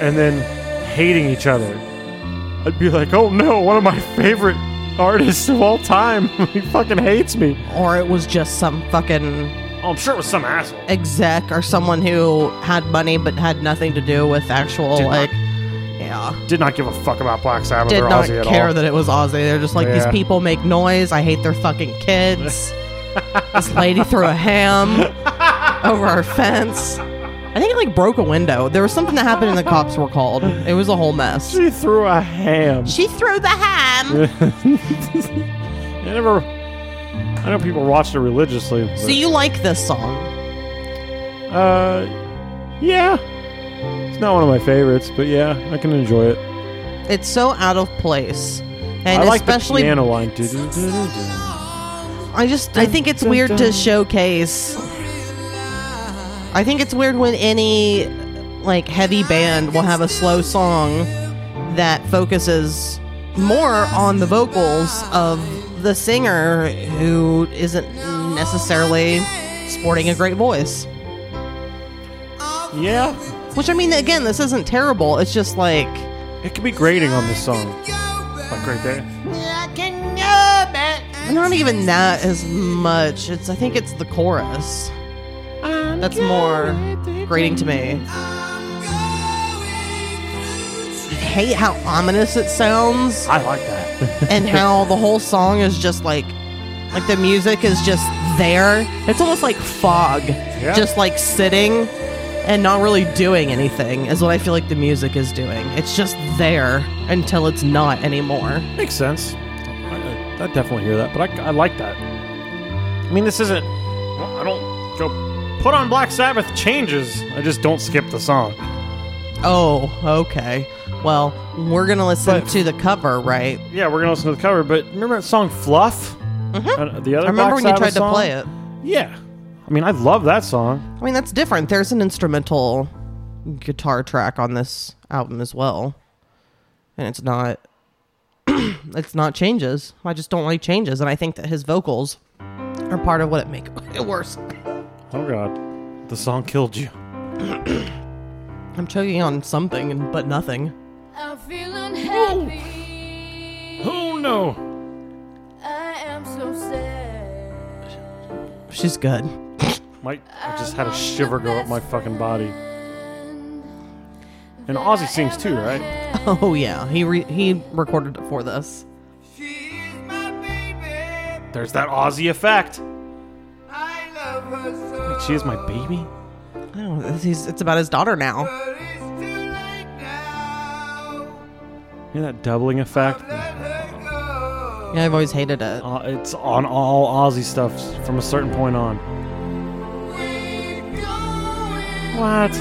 C: and then hating each other. I'd be like, oh no, one of my favorite artists of all time. he fucking hates me.
B: Or it was just some fucking
C: Oh, I'm sure it was some asshole.
B: exec or someone who had money but had nothing to do with actual,
C: Did not-
B: like, yeah.
C: Did not give a fuck about Black Sabbath
B: did
C: or
B: not
C: Ozzy at
B: care
C: all.
B: that it was Ozzy. They're just like these
C: Yeah.
B: people make noise. I hate their fucking kids. this lady threw a ham over our fence. I think it like broke a window. There was something that happened, and the cops were called. It was a whole mess.
C: she threw a ham.
B: She threw the ham.
C: I never. I know people watched it religiously.
B: So
C: but-
B: you like this song?
C: Uh, yeah. It's not one of my favorites, but yeah, I can enjoy it.
B: It's so out of place, and
C: I like
B: especially
C: the piano line. Du-du-du-du-du.
B: I just I think it's weird to showcase. I think it's weird when any like heavy band will have a slow song that focuses more on the vocals of the singer who isn't necessarily sporting a great voice.
C: Yeah,
B: Which I mean again, this isn't terrible. It's just like
C: it could be grating on this song. Like right there.
B: not even that as much. It's I think it's the chorus. That's more grating to me. I hate how ominous it sounds
C: I like that.
B: and how the whole song is just like like the music is just there. It's almost like fog. Just like sitting and not really doing anything is what I feel like the music is doing. It's just there until it's not anymore.
C: Makes sense. I, I I definitely hear that, but I, I like that. I mean, this isn't. Well, I don't go put on Black Sabbath changes. I just don't skip the song.
B: Oh, okay. Well, we're gonna listen to the cover, right?
C: Yeah, we're gonna listen to the cover, but remember that song Fluff? Uh, the
B: Mm-hmm. I
C: other
B: remember
C: Black
B: when you
C: Sabbath
B: tried
C: song?
B: to play it.
C: Yeah. I mean, I love that song.
B: I mean, that's different. There's an instrumental guitar track on this album as well. and it's not it's not changes. I just don't like changes, and I think that his vocals are part of what it make it worse.
C: Oh god, the song killed you.
B: I'm choking on something, and but nothing.
F: I'm feeling happy.
C: Oh no!
F: I am so sad.
B: She's good.
C: Mike, I just had a shiver go up my fucking body. And Ozzy sings too, right?
B: Oh yeah, he re- he recorded it for this.
C: There's that Ozzy effect. I love her so. Wait, she is my baby.
B: I don't know, he's, it's about his daughter now.
C: Hear that doubling effect?
B: Yeah, I've always hated it.
C: Uh, it's on all Ozzy stuff from a certain point on. What?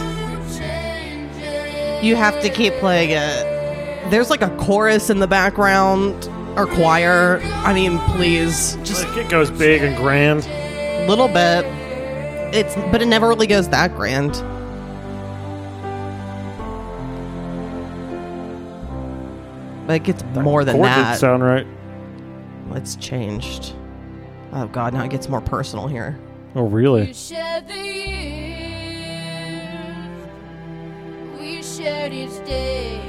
B: You have to keep playing it. There's like a chorus in the background or choir. I mean, please, just
C: Like, it goes big and grand.
B: a little bit. It's but it never really goes that grand. But it gets more than
C: Chord uh,
B: that.
C: didn't sound right.
B: It's changed. Oh god, now it gets more personal here.
C: Oh, really?
F: You shared the years. We shared each day.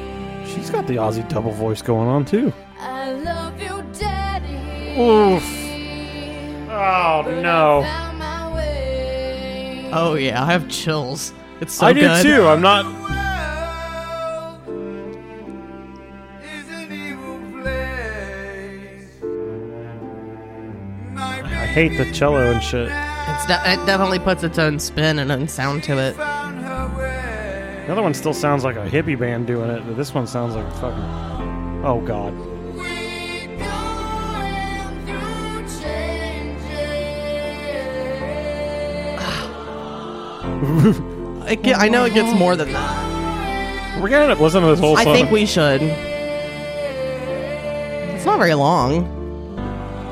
C: She's got the Aussie double voice going on too.
F: I love you, Daddy.
C: Oof. Oh no!
F: Found my way.
B: Oh yeah, I have chills. It's so
C: I do
B: good.
C: too. I'm not. I hate the cello and shit.
B: It's de- it definitely puts its own spin and own sound to it.
C: The other one still sounds like a hippie band doing it, but this one sounds like a fucking. Oh god.
B: It ge- I know it gets more than that.
C: We're gonna end up listening to this whole
B: I
C: song.
B: think we should. It's not very long.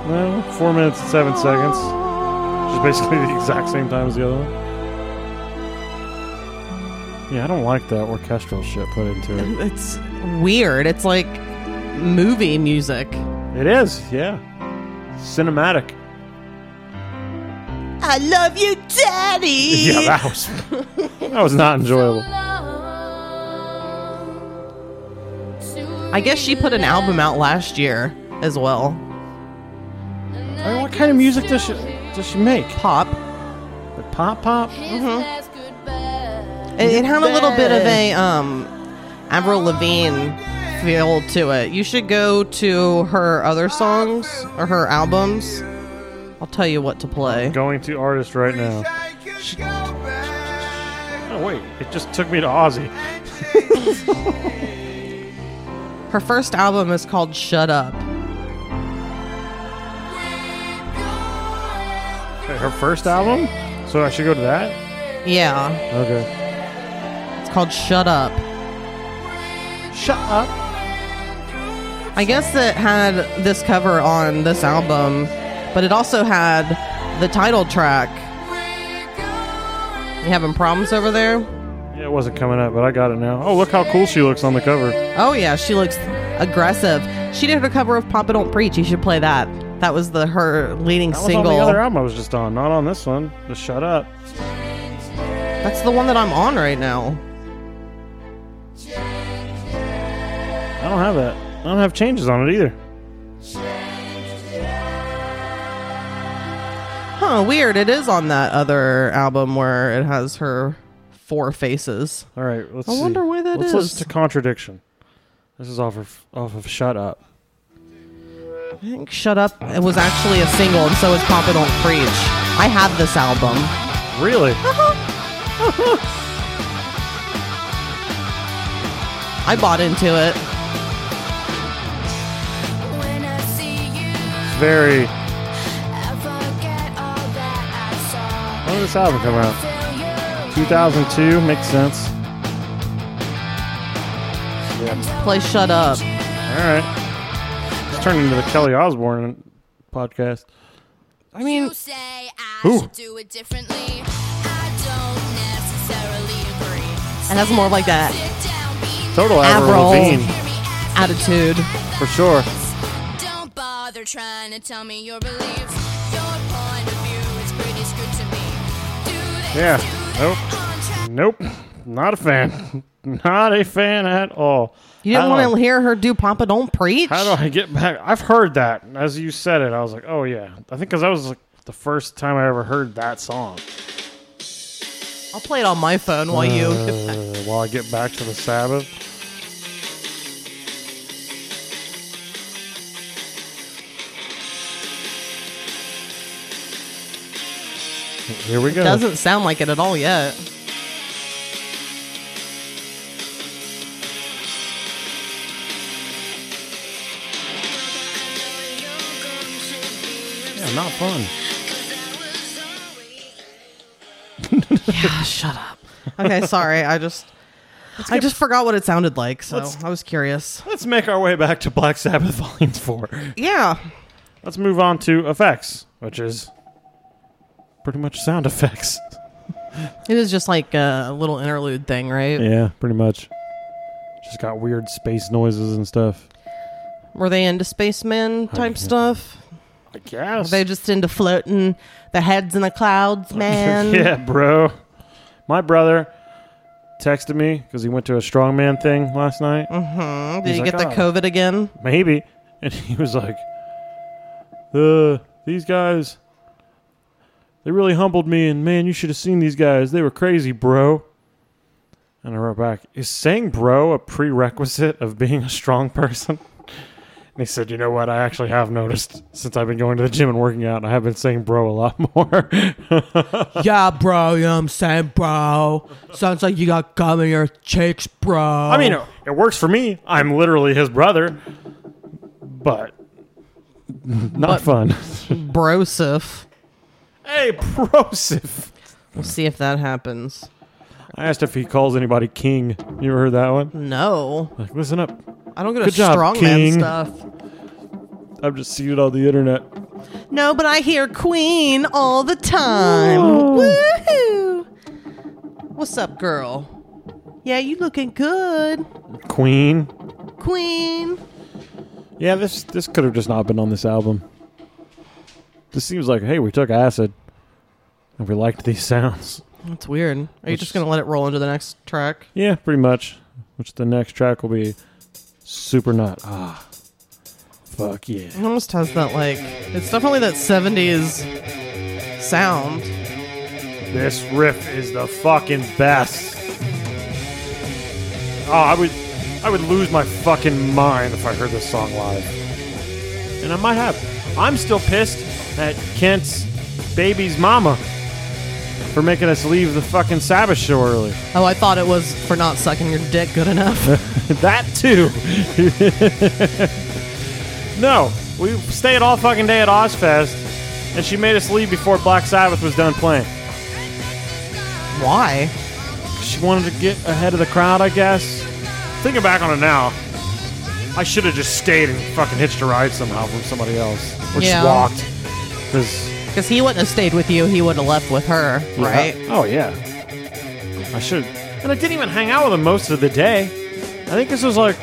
C: Well, four minutes and seven seconds. Which is basically the exact same time as the other one. Yeah, I don't like that orchestral shit put into it.
B: It's weird. It's like movie music.
C: It is, yeah. Cinematic.
B: I love you, Daddy.
C: Yeah, that was that was not enjoyable.
B: I guess she put an album out last year as well.
C: I mean, what kind of music does she does she make?
B: Pop.
C: Like pop pop?
B: mm-hmm. It, it had a little bit of a um, Avril Lavigne feel to it. You should go to her other songs or her albums. I'll tell you what to play.
C: Going to artist right now. Oh wait, it just took me to Aussie.
B: Her first album is called Shut Up.
C: Wait, her first album? So I should go to that?
B: Yeah,
C: Okay.
B: it's called Shut Up.
C: Shut up.
B: I guess it had this cover on this album, but it also had the title track. You having problems over there?
C: Yeah, it wasn't coming up, but I got it now. Oh, look how cool she looks on the cover.
B: Oh yeah, she looks aggressive. She did her cover of "Papa Don't Preach." You should play that. That was the her leading
C: That was on
B: single.
C: the other album I was just on, not on this one. Just shut up.
B: That's the one that I'm on right now.
C: I don't have that. I don't have changes on it either.
B: Huh? Weird. It is on that other album where it has her four faces.
C: All right, let's.
B: I
C: see.
B: wonder why that
C: let's
B: is.
C: listen to contradiction. This is off of off of Shut Up.
B: I think "Shut Up" it was actually a single, and so is "Papa Don't Preach." I have this album.
C: Really?
B: I bought into it.
F: When I see you,
C: It's very.
F: I forget all that I
C: When did this album come out?
F: saw. Till you
C: 2002 makes sense.
B: Play "Shut Up."
C: All right, it's turning into the Kelly Osbourne podcast.
B: I mean,
F: You say I
C: Ooh.
F: should do it differently. I don't necessarily agree.
B: it has more like that
F: Sit down, be
C: Total Avril
B: Avril.
C: Lavigne.
F: nice, hear me ask
B: attitude.
C: For sure.
F: Don't bother trying to tell me your beliefs. Your point of view is pretty screwed to me. Do this,
C: Yeah.
F: do
C: Nope.
F: that on track.
C: Nope. Not a fan. Not a fan at all.
B: You didn't
C: How
B: want
C: do
B: to hear her do Papa Don't Preach?
C: I- How do I get back? I've heard that. As you said it, I was like, oh, yeah. I think because that was like the first time I ever heard that song.
B: I'll play it on my phone while you get back.
C: Uh, while I get back to the Sabbath. Here we go.
B: Doesn't sound like it at all yet.
C: Yeah, not fun.
B: Yeah, shut up. Okay, sorry. I just I just forgot what it sounded like, so
C: Let's-
B: I was curious.
C: Let's make our way back to Black Sabbath Volumes 4.
B: Yeah.
C: Let's move on to effects, which is pretty much sound effects.
B: It was just like a little interlude thing, right?
C: Yeah, pretty much. Just got weird space noises and stuff.
B: Were they into spacemen type
C: yeah.
B: stuff?
C: I guess.
B: They just into floating their heads in the clouds, man.
C: yeah, bro. My brother texted me because he went to a strongman thing last night.
B: Mm-hmm. Did
C: He's
B: you
C: like,
B: get the
C: "Oh."
B: COVID again?
C: Maybe. And he was like, uh, these guys, they really humbled me. And man, you should have seen these guys. They were crazy, bro. And I wrote back, is saying bro a prerequisite of being a strong person? And he said, you know what? I actually have noticed since I've been going to the gym and working out, I have been saying bro a lot more.
D: Yeah, bro, you know what I'm saying, bro? Sounds like you got gum in your cheeks, bro.
C: I mean, it, it works for me. I'm literally his brother, but not fun.
B: Brosif.
C: hey, Brosif.
B: We'll see if that happens.
C: I asked if he calls anybody king. You ever heard that one?
B: No.
C: Like, listen up.
B: I don't get a
C: Good job,
B: strongman
C: King.
B: stuff.
C: I've just seen it on the internet.
B: No, but I hear Queen all the time. Woohoo! What's up, girl? Yeah, you looking good,
C: Queen.
B: Queen.
C: Yeah, this this could have just not been on this album. This seems like, hey, we took acid and we liked these sounds.
B: That's weird. Are you
C: Which-
B: just gonna let it roll into the next track?
C: Yeah, pretty much. Which the next track will be Super Nut. Ah. Fuck yeah.
B: It almost has that like. It's definitely that '70s sound.
C: This riff is the fucking best. Oh, I would I would lose my fucking mind if I heard this song live. And I might have. I'm still pissed at Kent's baby's mama for making us leave the fucking Sabbath show early.
B: Oh, I thought it was for not sucking your dick good enough.
C: that too. no, we stayed all fucking day at Ozfest, and she made us leave before Black Sabbath was done playing.
B: Why?
C: She wanted to get ahead of the crowd, I guess. Thinking back on it now, I should have just stayed and fucking hitched a ride somehow from somebody else, or
B: Yeah.
C: just walked. Because
B: Because he wouldn't have stayed with you. He would have left with her, right?
C: Oh yeah, I should. And I didn't even hang out with him most of the day. I think this was like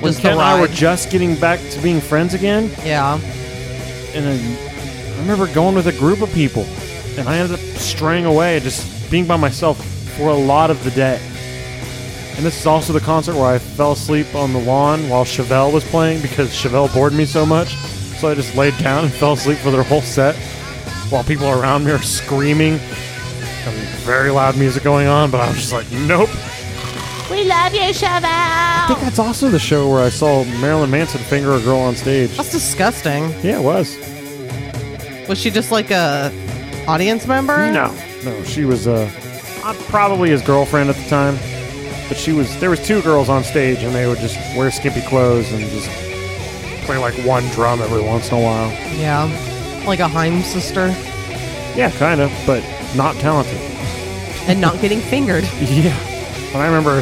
C: when
B: Just the
C: Ken and I were
B: ride.
C: just getting back to being friends again,
B: Yeah.
C: and then I remember going with a group of people, and I ended up straying away, just being by myself for a lot of the day. And this is also the concert where I fell asleep on the lawn while Chevelle was playing because Chevelle bored me so much. So I just laid down and fell asleep for their whole set while people around me are screaming and very loud music going on. But I was just like, nope.
F: We love you,
C: I
F: Chevelle.
C: think that's also the show where I saw Marilyn Manson finger a girl on stage.
B: That's disgusting.
C: Yeah, it was.
B: Was she just like a audience member?
C: No, no, she was uh, uh, probably his girlfriend at the time, but she was. There was two girls on stage, and they would just wear skimpy clothes and just play like one drum every once in a while.
B: Yeah. Like a Heim sister
C: Yeah, kind of, but not talented.
B: and not getting fingered.
C: Yeah, and I remember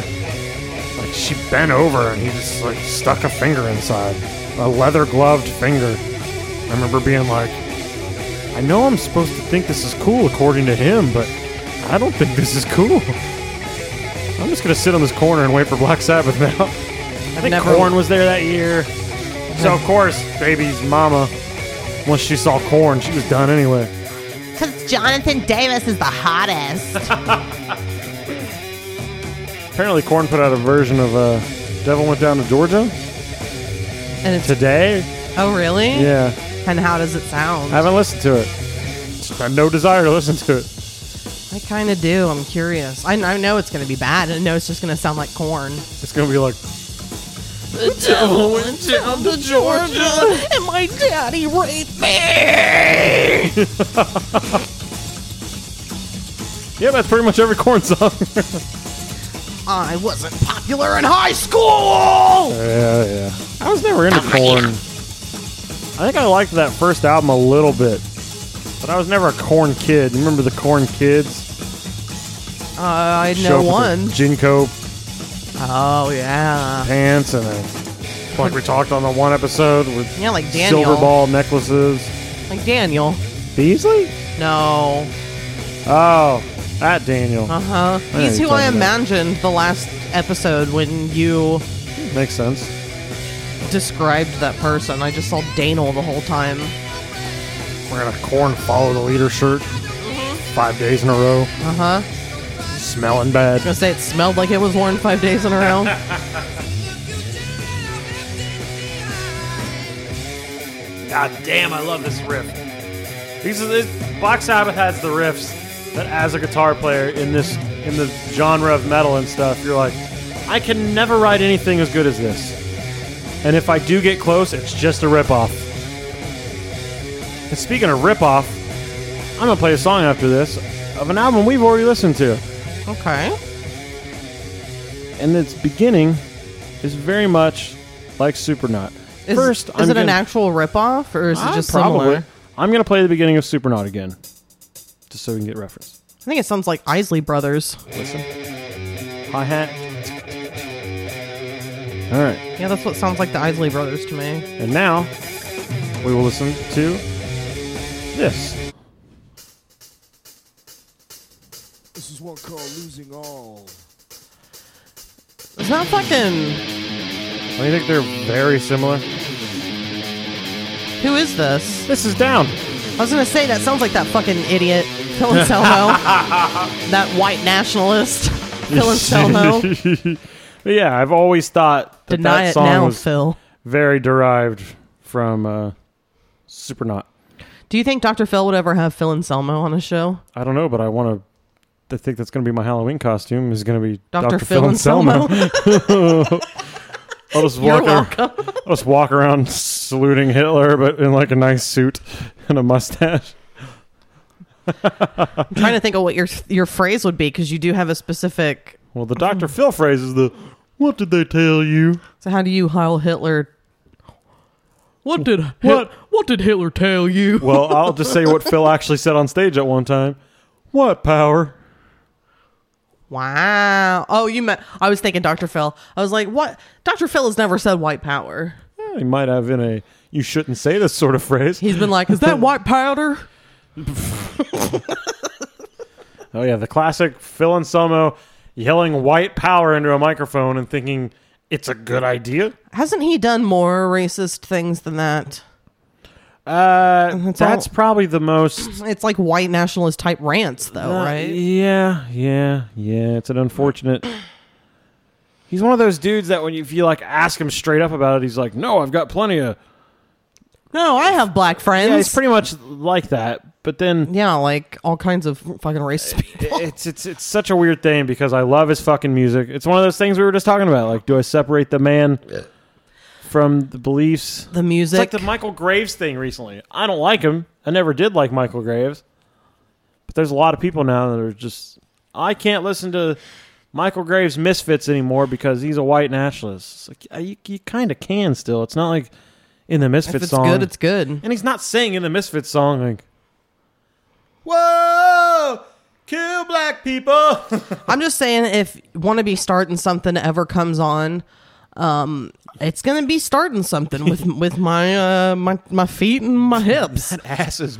C: like she bent over and he just like stuck a finger inside a leather gloved finger. I remember being like, I know I'm supposed to think this is cool according to him, but I don't think this is cool. I'm just gonna sit on this corner and wait for Black Sabbath now. I think
B: never-
C: Corn was there that year. So of course, baby's mama, once she saw Corn, she was done anyway.
E: Because Jonathan Davis is the hottest.
C: Apparently, Corn put out a version of uh, "Devil Went Down to Georgia"
B: And it's
C: today.
B: oh really?
C: Yeah,
B: And how does it sound?
C: I haven't listened to it. I have no desire to listen to it.
B: I kind of do. I'm curious. I, I know it's going to be bad. I know it's just going to sound like corn.
C: It's gonna be like
B: And my daddy raped me.
C: Yeah, that's pretty much every corn song.
B: I wasn't popular.
E: You're in high school!
C: yeah, yeah. I was never into corn. I think I liked that first album a little bit, but I was never a corn kid. You remember the corn kids?
B: Uh, I
C: Show
B: know
C: up with
B: one.
C: their Jinko
B: Oh yeah.
C: pants and a, like we talked on the one episode with
B: Yeah, like Daniel.
C: silver ball necklaces.
B: Like Daniel.
C: Beasley?
B: No.
C: Oh, that Daniel.
B: Uh huh.
C: know
B: He's
C: you're
B: who I
C: talking about.
B: imagined the last episode when you
C: Makes sense.
B: described that person. I just saw Daniel the whole time.
C: We're gonna corn follow the leader shirt five days in a row,
B: Uh huh.
C: smelling bad.
B: Gonna say it smelled like it was worn five days in a row.
C: God damn, I love this riff. These are this Black Sabbath has the riffs that, as a guitar player in this in the genre of metal and stuff, you're like, I can never write anything as good as this. And if I do get close, it's just a ripoff. And speaking of ripoff, I'm gonna play a song after this of an album we've already listened to,
B: okay.
C: and its beginning is very much like Supernaut.
B: Is,
C: First,
B: is
C: I'm
B: it an
C: gonna-
B: actual ripoff or is it
C: Ah,
B: just
C: probably.
B: similar?
C: I'm gonna play the beginning of Supernaut again, just so we can get reference.
B: I think it sounds like Isley Brothers.
C: Listen, hi hat. All right,
B: Yeah, that's what sounds like the Isley Brothers to me.
C: and now we will listen to this.
G: This is one called Losing All.
B: Is that fucking
C: I think they're very similar.
B: who is this?
C: This is down.
B: I was gonna say that sounds like that fucking idiot Phil Anselmo, that white nationalist Phil Anselmo.
C: But yeah, I've always thought that
B: Deny
C: that
B: it
C: song
B: now,
C: was
B: Phil.
C: very derived from uh, Supernaut.
B: Do you think Dr. Phil would ever have Phil Anselmo on a show?
C: I don't know, but I want to. I think that's going to be my Halloween costume. Is going to be
B: Dr.
C: Dr.
B: Phil Anselmo.
C: I'll just
B: You're
C: walk around,
B: welcome.
C: I'll just walk around saluting Hitler, but in like a nice suit and a mustache.
B: I'm trying to think of what your your phrase would be because you do have a specific.
C: Well, the Dr. Phil phrase is the "What did they tell you?"
B: So how do you Heil Hitler?
D: What did
C: What?
D: What did Hitler tell you?
C: Well, I'll just say what Phil actually said on stage at one time. What power?
B: Wow. Oh, you meant I was thinking Dr. Phil. I was like, what? Dr. Phil has never said white power.
C: Yeah, Eh, he might have in a "You shouldn't say this" sort of phrase.
B: He's been like, is that white powder?
C: Oh yeah, the classic Phil Anselmo yelling "white power" into a microphone and thinking it's a good idea.
B: Hasn't he done more racist things than that?
C: Uh,
B: That's
C: that's,
B: all-
C: probably the most.
B: It's like white nationalist type rants, though,
C: Uh,
B: right?
C: Yeah, yeah, yeah. It's an unfortunate. He's one of those dudes that when you, if you like ask him straight up about it, he's like, "No, I've got plenty of."
B: No, I have black friends.
C: Yeah, it's pretty much like that. But then
B: Yeah, like all kinds of fucking racist people.
C: it's it's it's such a weird thing because I love his fucking music. It's one of those things we were just talking about. Like, do I separate the man from the beliefs?
B: The
C: It's like
B: music.
C: the Michael Graves thing recently. I don't like him. I never did like Michael Graves. But there's a lot of people now that are just I can't listen to Michael Graves Misfits anymore because he's a white nationalist. It's like uh, you, you kind of can still. It's not like in the
B: if
C: Misfits
B: it's
C: song.
B: good, it's good.
C: and he's not saying in the Misfits song like Whoa! Kill black people.
B: I'm just saying, if wannabe starting something ever comes on, um, it's gonna be starting something with with my uh my my feet and my hips.
C: Ass is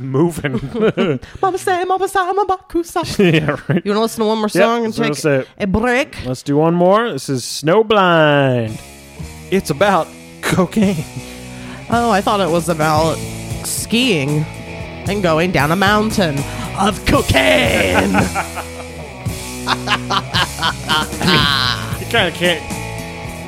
C: moving.
B: Mama say, Mama say, Mama bakusa.
C: yeah, right.
B: You wanna listen to one more
C: Yep,
B: song
C: so
B: and
C: that's
B: take
C: it.
B: a break?
C: Let's do one more. This is Snowblind. It's about cocaine.
B: Oh, I thought it was about skiing and going down a mountain of cocaine.
C: You kind of can't.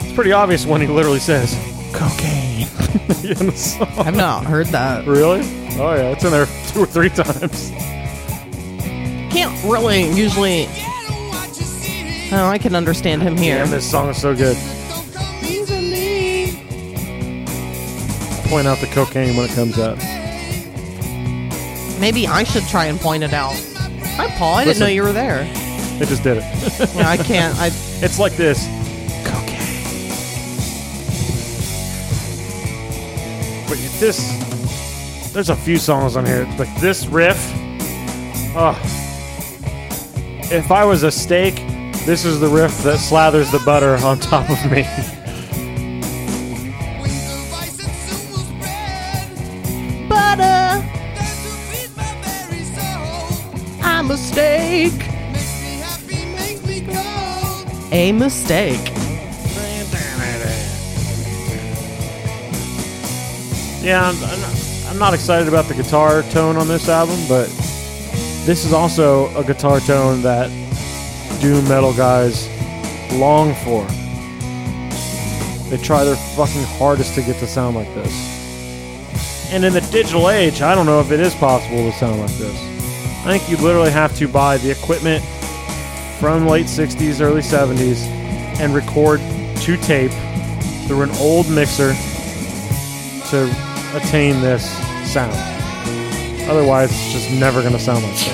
C: It's pretty obvious when he literally says cocaine in the song.
B: I've not heard that.
C: Really? Oh yeah, it's in there two or three times.
B: Can't really usually. Oh, I can understand him here.
C: Damn, this song is so good. Point out the cocaine when it comes up.
B: Maybe I should try and point it out. Hi, Paul. I didn't
C: Listen.
B: know you were there.
C: It just did it.
B: No, I can't. I
C: It's like this. Cocaine. But you- this, there's a few songs on here like this riff. Oh, if I was a steak, this is the riff that slathers the butter on top of me.
B: butter. A mistake. A mistake.
C: Yeah, I'm, I'm, not, I'm not excited about the guitar tone on this album, but this is also a guitar tone that doom metal guys long for. They try their fucking hardest to get to sound like this. And in the digital age, I don't know if it is possible to sound like this. I think you literally have to buy the equipment from late 60s, early 70s, and record to tape through an old mixer to attain this sound. Otherwise, it's just never going to sound like this.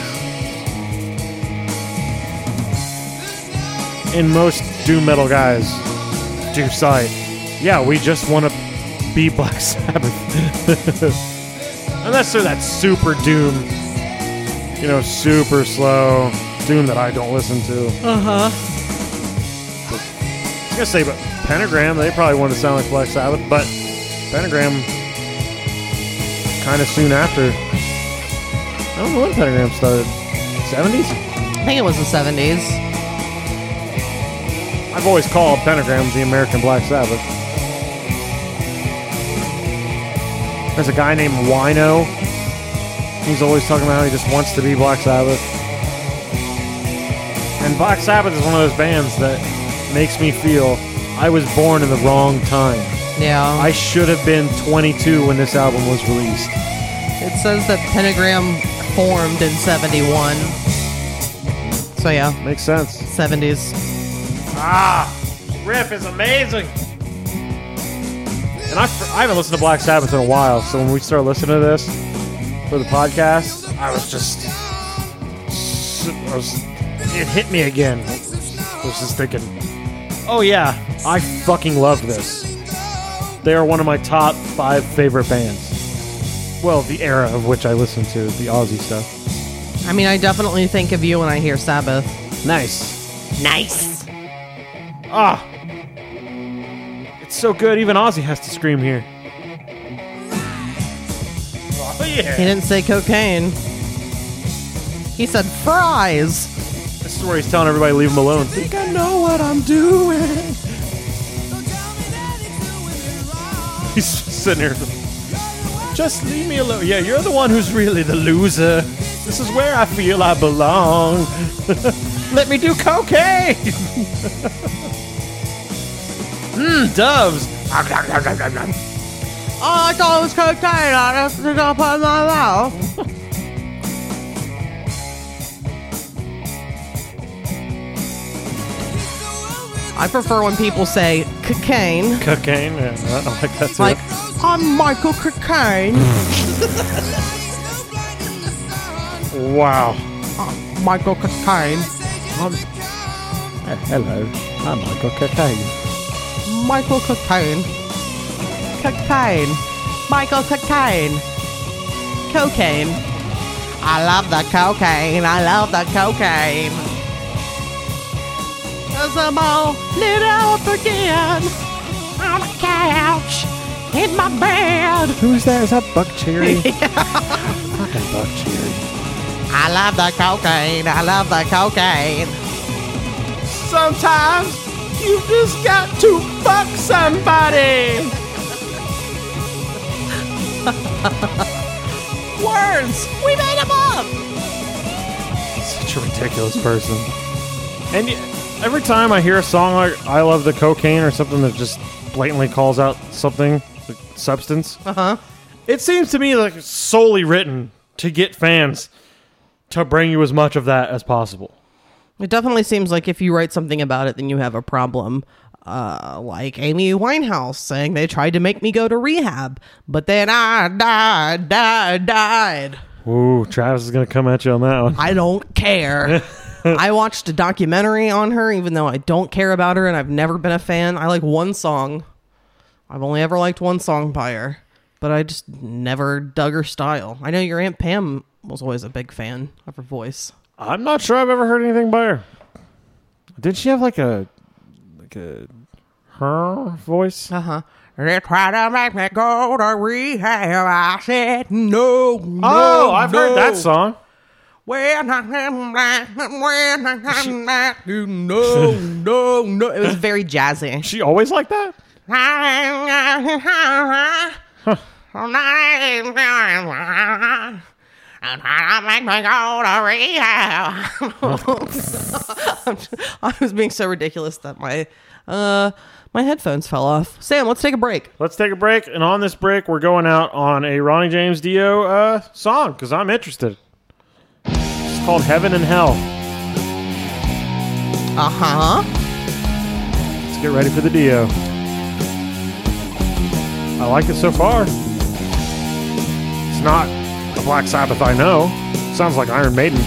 C: And most doom metal guys do cite, yeah, we just want to be Black Sabbath. Unless they're that super doom, you know, super slow doom that I don't listen to. Uh huh. I was going to say, but Pentagram, they probably wanted to sound like Black Sabbath, but Pentagram kind of soon after. I don't know when Pentagram started. 70s?
B: I think it was the 70s.
C: I've always called Pentagram the American Black Sabbath. There's a guy named Wino. He's always talking about how he just wants to be Black Sabbath. And Black Sabbath is one of those bands that makes me feel I was born in the wrong time.
B: Yeah.
C: I should have been 22 when this album was released.
B: It says that Pentagram formed in 71. So yeah,
C: Makes sense.
B: 70s.
C: Riff is amazing. And I, I haven't listened to Black Sabbath in a while, so when we started listening to this for the podcast, I was just. I was, it hit me again. I was just thinking, oh yeah, I fucking love this. They are one of my top five favorite bands. Well, the era of which I listen to, the Aussie stuff.
B: I mean, I definitely think of you when I hear Sabbath.
C: Nice.
E: Nice.
C: Ah! It's so good, even Ozzy has to scream here. Oh,
B: He
C: yeah.
B: didn't say cocaine. He said fries.
C: This is where he's telling everybody leave him alone. Think I know what I'm doing. He's sitting here. Just leave me alone. Yeah, you're the one who's really the loser. This is where I feel I belong. Let me do cocaine. Mmm, doves.
B: Oh, I thought it was cocaine. I just did not put it in my mouth. I prefer when people say cocaine.
C: Cocaine. Yeah, I don't like that too.
B: Like, I'm Michael Cocaine.
C: wow.
B: Michael Cocaine.
C: Hello, I'm Michael Cocaine.
B: Michael Cocaine. Cocaine. Michael Cocaine. Cocaine. I love the cocaine. I love the cocaine. Cause I'm all lit up again. On the couch. In my bed.
C: Who's that? Is that Buck Cherry? Fucking Buck Cherry.
B: I love the cocaine. I love the cocaine. Sometimes
H: You just got to fuck somebody.
B: Words! We made them up!
C: Such a ridiculous person. And y- every time I hear a song like "I Love the Cocaine" or something that just blatantly calls out something, like substance, uh-huh. it seems to me like it's solely written to get fans to bring you as much of that as possible.
B: It definitely seems like if you write something about it, then you have a problem. Uh, like Amy Winehouse saying they tried to make me go to rehab, but then I died, died, died.
C: Ooh, Travis is gonna come at you on that one.
B: I don't care. I watched a documentary on her, even though I don't care about her and I've never been a fan. I like one song. I've only ever liked one song by her, but I just never dug her style. I know your Aunt Pam was always a big fan of her voice.
C: I'm not sure I've ever heard anything by her. Did she have like a like a her voice?
B: Uh huh. They try to make me go to rehab. I said no. no
C: oh, I've heard that
B: no.
C: song.
B: When I am black, when I am black, you no, no, Oh, no. It was very jazzy.
C: She always like that.
B: I was being so ridiculous that my uh my headphones fell off. Sam, let's take a break.
C: Let's take a break, and on this break, we're going out on a Ronnie James Dio uh, song because I'm interested. It's called "Heaven and Hell."
B: Uh huh.
C: Let's get ready for the Dio. I like it so far. It's not a Black Sabbath I know. Sounds like Iron Maiden.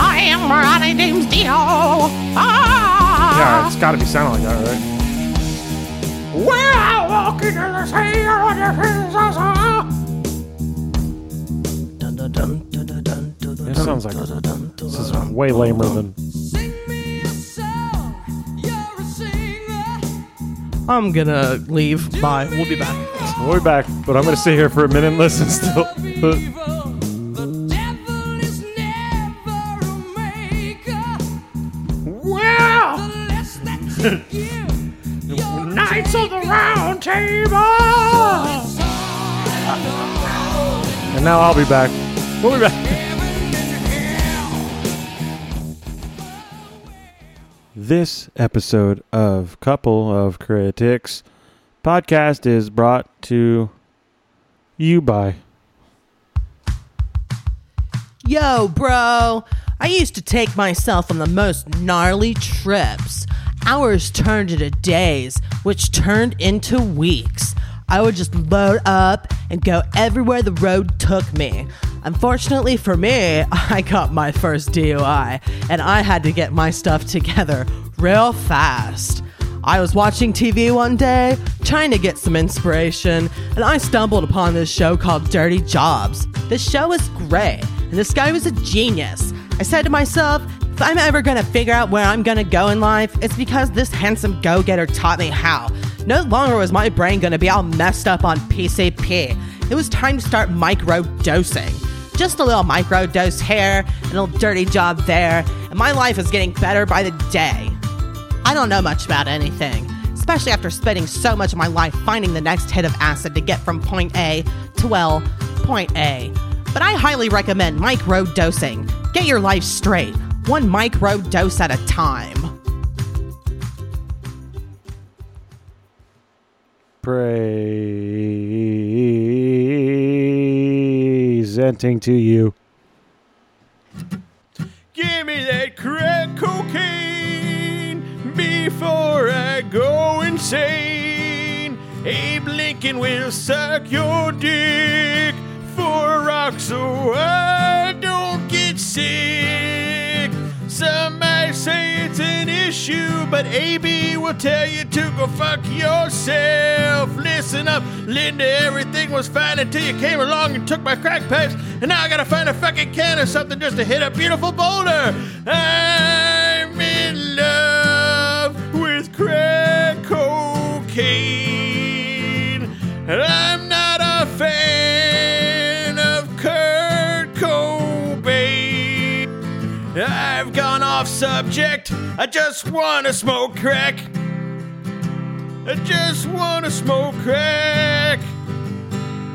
E: I am Ronnie James Dio. Ah,
C: Yeah, it's got to be sounding like that, right?
E: We're out walking in the sea on your feet, so, so. uh.
C: It sounds like this is way lamer than
B: I'm gonna leave. Bye. We'll be back.
C: We'll be back, but I'm going to sit here for a minute and listen still.
E: Well, Knights of the Round Table.
C: and now I'll be back. We'll be back. This episode of Couple of Critics podcast is brought to you by.
B: Yo, bro, I used to take myself on the most gnarly trips. Hours turned into days, which turned into weeks. I would just load up and go everywhere the road took me. Unfortunately for me, I got my first DUI, and I had to get my stuff together real fast. I was watching TV one day, trying to get some inspiration, and I stumbled upon this show called Dirty Jobs. The show is great, and this guy was a genius. I said to myself, if I'm ever gonna figure out where I'm gonna go in life, it's because this handsome go getter taught me how. No longer was my brain gonna be all messed up on PCP. It was time to start micro dosing just a little micro dose here, a little dirty job there, and my life is getting better by the day. I don't know much about anything, especially after spending so much of my life finding the next hit of acid to get from point A to, well, point A. But I highly recommend micro dosing. Get your life straight, one micro dose at a time.
C: presenting to you. Give me that crack cocaine before I go insane. Abe Lincoln will suck your dick for rock so I don't get sick. Some might say it's an issue, but AB will tell you to go fuck yourself. Listen up, Linda, everything was fine until you came along and took my crack pipes, and now I gotta find a fucking can or something just to hit a beautiful boulder. I'm in love with crack cocaine, and I'm not a fan of Kurt Cobain. I've gone off subject. I just want to smoke crack.
I: I just wanna smoke crack.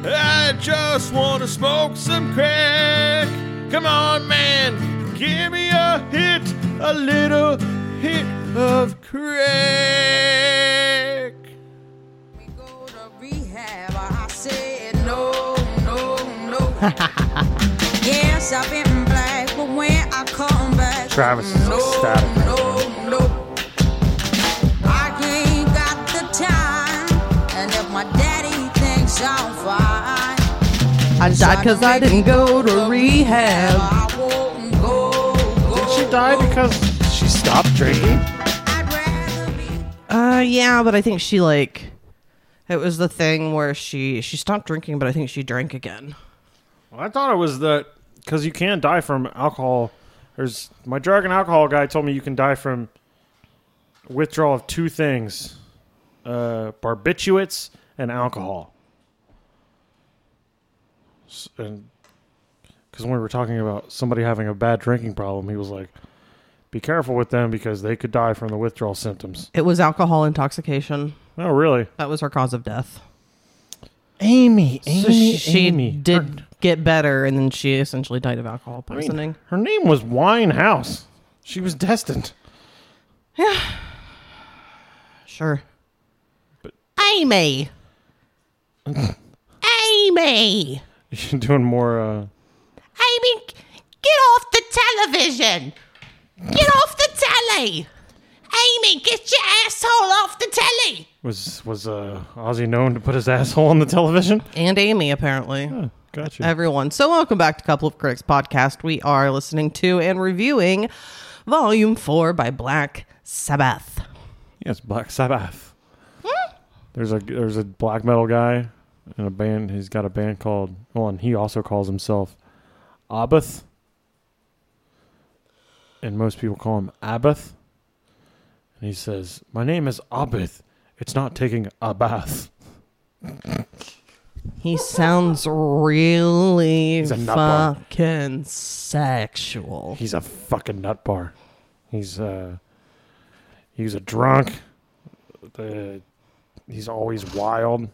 I: I just wanna smoke some crack. Come on, man, give me a hit, a little hit of crack.
F: We go to rehab. I said no, no, no. yes, I've been black, but when I come back,
C: Travis is
F: no,
C: ecstatic.
F: no, no. I ain't got the time, and if my daddy thinks I'm fine,
B: I died because I didn't go to rehab.
F: I won't go. go
C: She died because she stopped drinking.
F: I'd rather be.
B: Uh, yeah, but I think she like it was the thing where she she stopped drinking, but I think she drank again.
C: Well, I thought it was that because you can die from alcohol. There's my drug and alcohol guy told me you can die from withdrawal of two things: uh, barbiturates and alcohol. S- And because when we were talking about somebody having a bad drinking problem, he was like, "Be careful with them because they could die from the withdrawal symptoms."
B: It was alcohol intoxication.
C: Oh, really?
B: That was her cause of death.
C: Amy,
B: So she, she did get better, and then she essentially died of alcohol
C: I mean,
B: poisoning.
C: her name was Winehouse. She was destined.
B: sure. Amy. Amy.
C: You're doing more. Uh,
E: Amy, get off the television. Get off the telly. Amy, get your asshole off the telly.
C: was was uh, Ozzy known to put his asshole on the television?
B: And Amy, apparently.
C: Gotcha.
B: everyone. So, welcome back to Couple of Critics Podcast. We are listening to and reviewing Volume 4 by Black Sabbath.
C: yes, Black Sabbath. There's a there's a black metal guy in a band. He's got a band called. Well, and he also calls himself Abath. And most people call him Abath. And he says, "My name is Abath. It's not taking a bath."
B: He sounds really
C: He's a nut bum.
B: fucking sexual.
C: He's a fucking nut bar. He's uh he's a drunk. The he's always wild.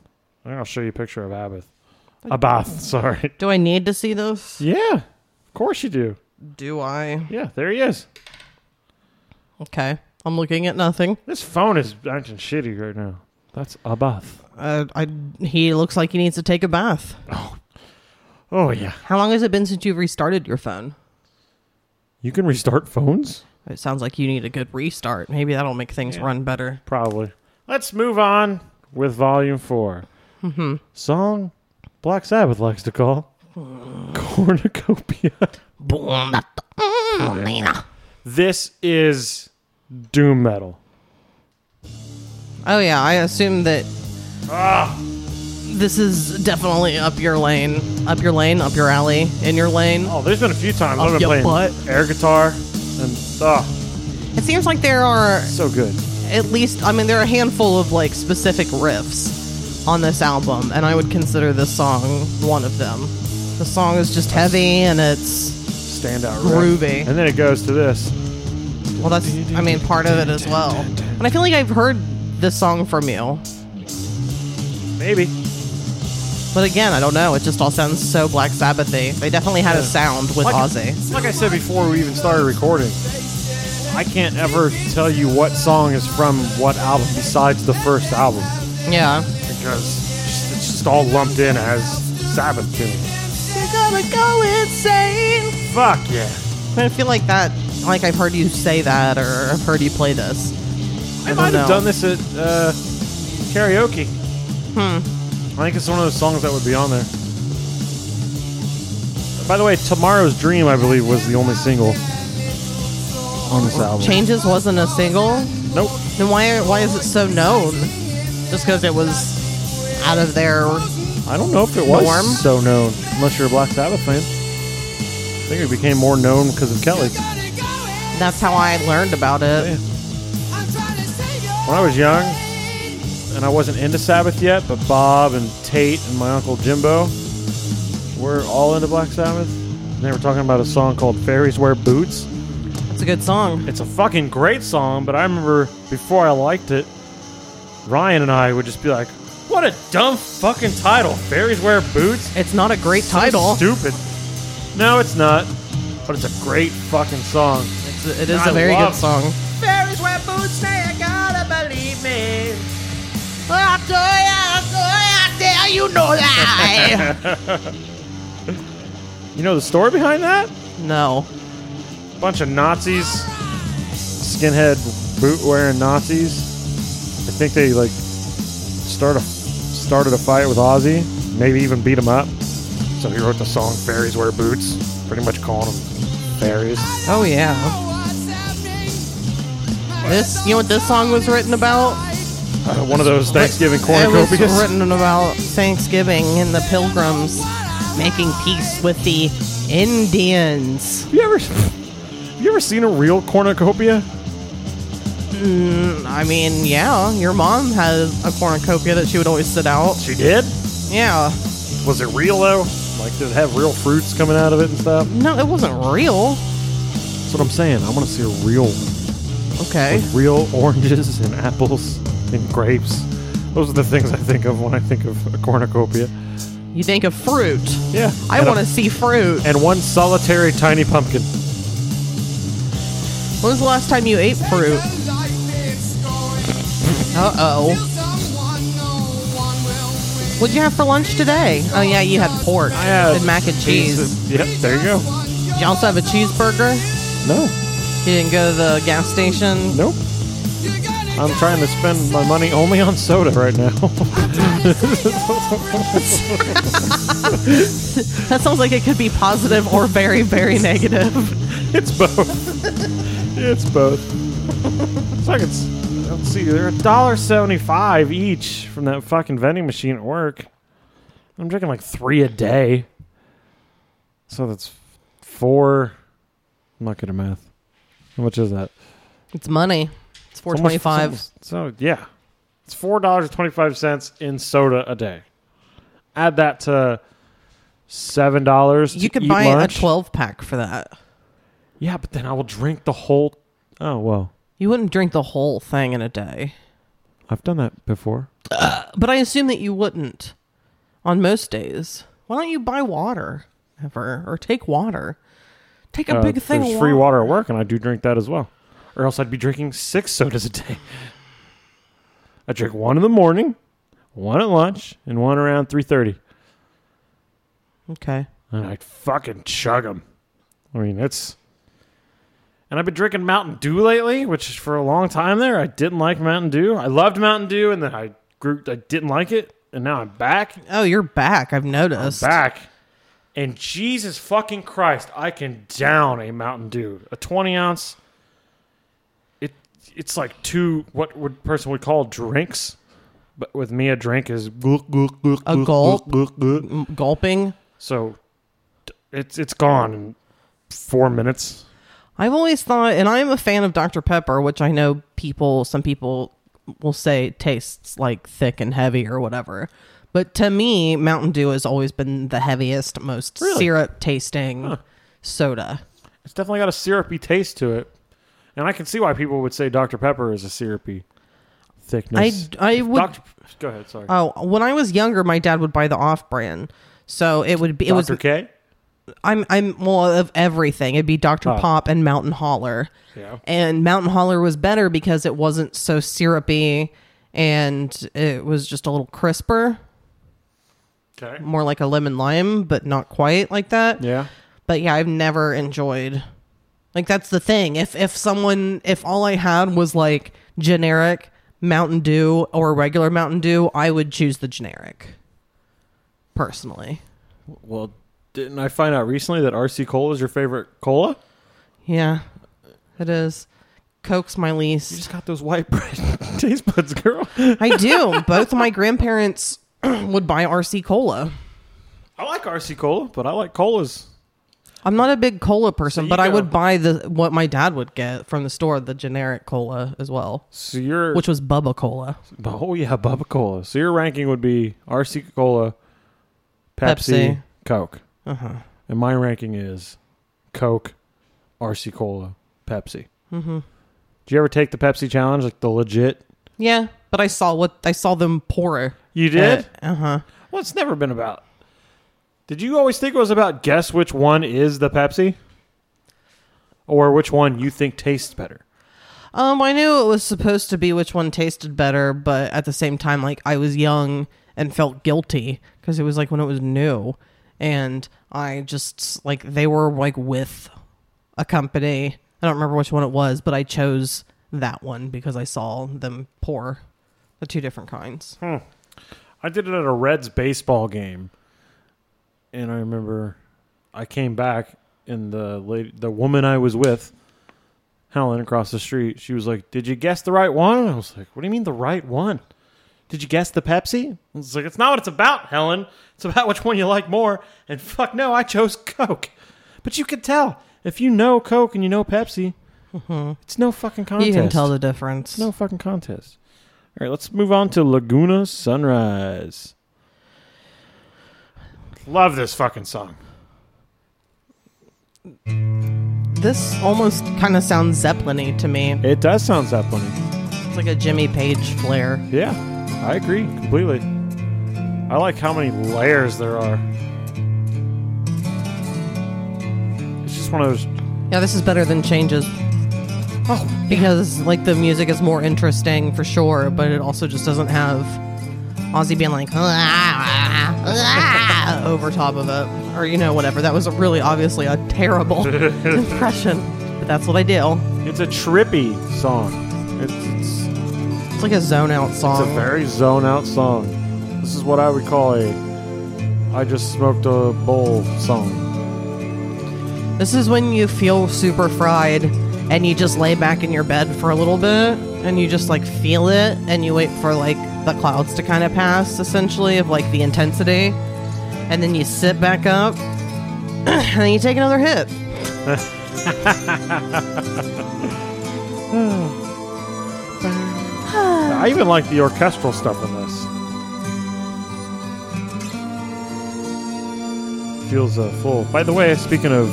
C: I'll show you a picture of Abath. Abath, sorry.
B: Do I need to see this?
C: Yeah. Of course you do.
B: Do I?
C: Yeah, there he is.
B: Okay. I'm looking at nothing.
C: This phone is acting shitty right now. That's Abath.
B: Uh, I, he looks like he needs to take a bath.
C: Oh yeah.
B: How long has it been since you've restarted your phone?
C: You can restart phones?
B: It sounds like you need a good restart. Maybe that'll make things run better.
C: Probably. Let's move on with volume 4
B: Mm-hmm.
C: Song Black Sabbath likes to call Cornucopia.
E: Boom, da, da, mm, Nina.
C: This is doom metal.
B: Oh yeah, I assume that. This is definitely up your lane, up your lane, up your alley, in your lane.
C: Oh, there's been a few times I've been
B: your
C: playing
B: butt.
C: air guitar and oh,
B: It seems like there are
C: so good.
B: at least, I mean, there are a handful of like specific riffs on this album, and I would consider this song one of them. The song is just heavy and it's
C: Standout riff.
B: groovy.
C: And then it goes to this.
B: Well, that's, I mean, part of it as well. And I feel like I've heard this song from you,
C: Maybe.
B: but again, I don't know. It just all sounds so Black Sabbathy. They definitely had a sound with
C: Like-
B: Ozzy.
C: Like I said before we even started recording, I can't ever tell you what song is from what album besides the first album
B: Yeah.
C: because it's just all lumped in as Sabbath tunes.
B: You're gonna go insane.
C: Fuck yeah.
B: But I feel like that, like I've heard you say that, or I've heard you play this.
C: I,
B: don't
C: might
B: know.
C: have done this at uh, karaoke. Hmm. I think it's one of those songs that would be on there. By the way, Tomorrow's Dream, I believe, was the only single on this
B: Oh,
C: album.
B: Changes wasn't a single.
C: Nope.
B: Then why why is it so known? Just because it was out of their.
C: I don't know if it was
B: Norm?
C: so known, unless you're a Black Sabbath fan. I think it became more known because of Kelly.
B: That's how I learned about it.
C: When I was young, and I wasn't into Sabbath yet, but Bob and Tate and my uncle Jimbo were all into Black Sabbath. And they were talking about a song called Fairies Wear Boots.
B: It's a good song.
C: It's a fucking great song, but I remember before I liked it, Ryan and I would just be like, "What a dumb fucking title! Fairies wear boots."
B: It's not a great title.
C: Stupid. No, it's not. But it's a great fucking song.
B: It's a, it is
C: I
B: a very
C: love-
B: good song.
I: Fairies wear boots, now you gotta believe me.
E: I dare, I dare, I dare you know that.
C: You know the story behind that?
B: No.
C: bunch of Nazis, skinhead boot wearing Nazis. I think they like start a, started a fight with Ozzy, maybe even beat him up. So he wrote the song "Fairies Wear Boots," pretty much calling them fairies.
B: Oh yeah. This you know what this song was written about?
C: Uh, one of those Thanksgiving
B: It was
C: cornucopias.
B: written about Thanksgiving and the Pilgrims making peace with the Indians.
C: You ever, you ever seen a real cornucopia?
B: Mm, I mean, yeah, your mom had a cornucopia that she would always sit out.
C: She did.
B: Yeah.
C: Was it real though? Like, did it have real fruits coming out of it and stuff?
B: No, it wasn't real.
C: That's what I'm saying. I want to see a real one.
B: Okay.
C: with real oranges and apples and grapes. Those are the things I think of when I think of a cornucopia.
B: You think of fruit.
C: Yeah.
B: I want to see fruit.
C: And one solitary tiny pumpkin.
B: When was the last time you ate fruit? Uh oh. What'd you have for lunch today? Oh yeah, you had pork
C: I had
B: and mac and cheese.
C: Yep, there you go.
B: Did you also have a cheeseburger?
C: No,
B: You didn't go to the gas station.
C: nope. I'm trying to spend my money only on soda right now.
B: That sounds like it could be positive or very, very negative.
C: it's both. it's both. So I can, s- let's see, they're a dollar seventy-five each from that fucking vending machine at work. I'm drinking like three a day, so that's four. I'm not good at math. How much is that?
B: It's money. It's four
C: It's almost-
B: twenty-five.
C: it's almost- So yeah, it's four dollars twenty-five cents in soda a day. Add that to seven dollars.
B: You could
C: eat
B: buy
C: lunch.
B: a twelve pack for that.
C: Yeah, but then I will drink the whole. Oh well,
B: You wouldn't drink the whole thing in a day.
C: I've done that before.
B: But I assume that you wouldn't on most days. Why don't you buy water ever or take water? Take a
C: Uh,
B: big thing
C: There's
B: of
C: free water at work, and I do drink that as well. Or else I'd be drinking six sodas a day. I drink one in the morning, one at lunch, and one around three thirty,
B: Okay.
C: and I fucking chug them. I mean, it's. And I've been drinking Mountain Dew lately, which for a long time there I didn't like Mountain Dew. I loved Mountain Dew, and then I grew. I didn't like it, and now I'm back.
B: Oh, you're back. I've noticed.
C: back. And Jesus fucking Christ, I can down a Mountain Dew, a twenty ounce. It it's like two what would person would call drinks, but with me a drink is glug, glug, glug,
B: A
C: glug,
B: gulp? Mm.
C: glug, glug, glug.
B: M- Gulping.
C: So d- it's it's gone in four minutes.
B: I've always thought, and I'm a fan of Dr. Pepper, which I know people, some people will say tastes like thick and heavy or whatever. But to me, Mountain Dew has always been the heaviest, most
C: Really?
B: syrup tasting soda.
C: It's definitely got a syrupy taste to it, and I can see why people would say Dr Pepper is a syrupy
B: I,
C: thickness.
B: I would.
C: Dr. Go ahead, sorry.
B: Oh, when I was younger, my dad would buy the off-brand. So it would be it
C: Dr
B: was
C: K.
B: I'm I'm well of everything. It'd be Dr.
C: Oh.
B: Pop and Mountain Holler.
C: Yeah.
B: And Mountain Holler was better because it wasn't so syrupy and it was just a little crisper,
C: Okay.
B: more like a lemon lime, but not quite like that.
C: Yeah.
B: But yeah, I've never enjoyed like that's the thing. If if someone if all I had was like generic Mountain Dew or regular Mountain Dew, I would choose the generic. Personally.
C: Well, didn't I find out recently that RC Cola is your favorite cola?
B: Yeah. It is. Coke's my least.
C: Just got those white bread taste buds, girl.
B: I do. Both my grandparents would buy RC cola.
C: I like RC Cola, but I like colas.
B: I'm not a big cola person,
C: you
B: but I
C: go-
B: would buy the what my dad would get from the store, the generic cola as well,
C: So your
B: which was Bubba Cola.
C: oh yeah, Bubba Cola. So your ranking would be RC Cola, Pepsi,
B: Pepsi. Uh-huh.
C: Coke. Uh huh. And my ranking is Coke, RC Cola, Pepsi. Mm-hmm. Do you ever take the Pepsi challenge, like the legit?
B: Yeah, but I saw what I saw them pour.
C: You did?
B: Uh huh.
C: well, it's never been about. Did you always think it was about guess which one is the Pepsi? Or which one you think tastes better?
B: Um, I knew it was supposed to be which one tasted better, but at the same time, like I was young and felt guilty because it was like when it was new, and I just like they were like with a company. I don't remember which one it was, but I chose that one because I saw them pour the two different kinds.
C: I did it at a Reds baseball game, and I remember I came back and the lady, the woman I was with, howling across the street. She was like, "Did you guess the right one?" And I was like, "What do you mean the right one? Did you guess the Pepsi?" I was like, "It's not what it's about, Helen. It's about which one you like more." And fuck no, I chose Coke. But you could tell if you know Coke and you know Pepsi, it's no fucking contest.
B: Mm-hmm. You can tell the difference.
C: No fucking contest. All right, let's move on to Laguna Sunrise. Love this fucking song.
B: This almost kind of sounds Zeppelin-y to me.
C: It does sound Zeppelin.
B: It's like a Jimmy Page flair.
C: Yeah, I agree completely. I like how many layers there are. It's just one of those.
B: Yeah, this is better than Changes. because like the music is more interesting for sure, but it also just doesn't have Ozzy being like over top of it, or you know whatever. That was a really obviously a terrible impression, but that's what I do.
C: It's a trippy song. It's, it's, it's
B: It's like a zone out song.
C: a very zone out song. This is what I would call a I just smoked a bowl song.
B: This is when you feel super fried and you just lay back in your bed for a little bit and you just like feel it and you wait for like the clouds to kind of pass essentially of like the intensity and then you sit back up and then you take another hit.
C: I even like the orchestral stuff in this. Feels uh, full. By the way, speaking of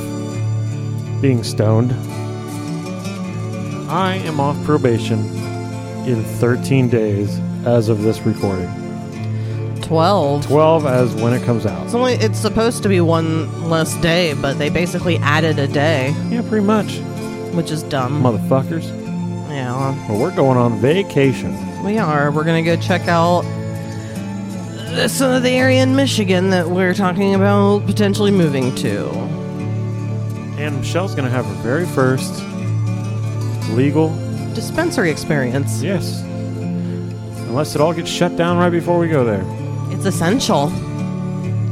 C: being stoned, I am off probation in 13 days as of this recording.
B: 12.
C: 12 as when it comes out.
B: It's only it's supposed to be one less day, but they basically added a day,
C: Yeah, pretty much,
B: which is dumb.
C: motherfuckers.
B: yeah.
C: Well, we're going on vacation.
B: We are. We're going to go check out some of the area in Michigan that we're talking about potentially moving to.
C: And Michelle's going to have her very first legal
B: Dispensary experience.
C: Yes. Unless it all gets shut down right before we go there.
B: It's essential.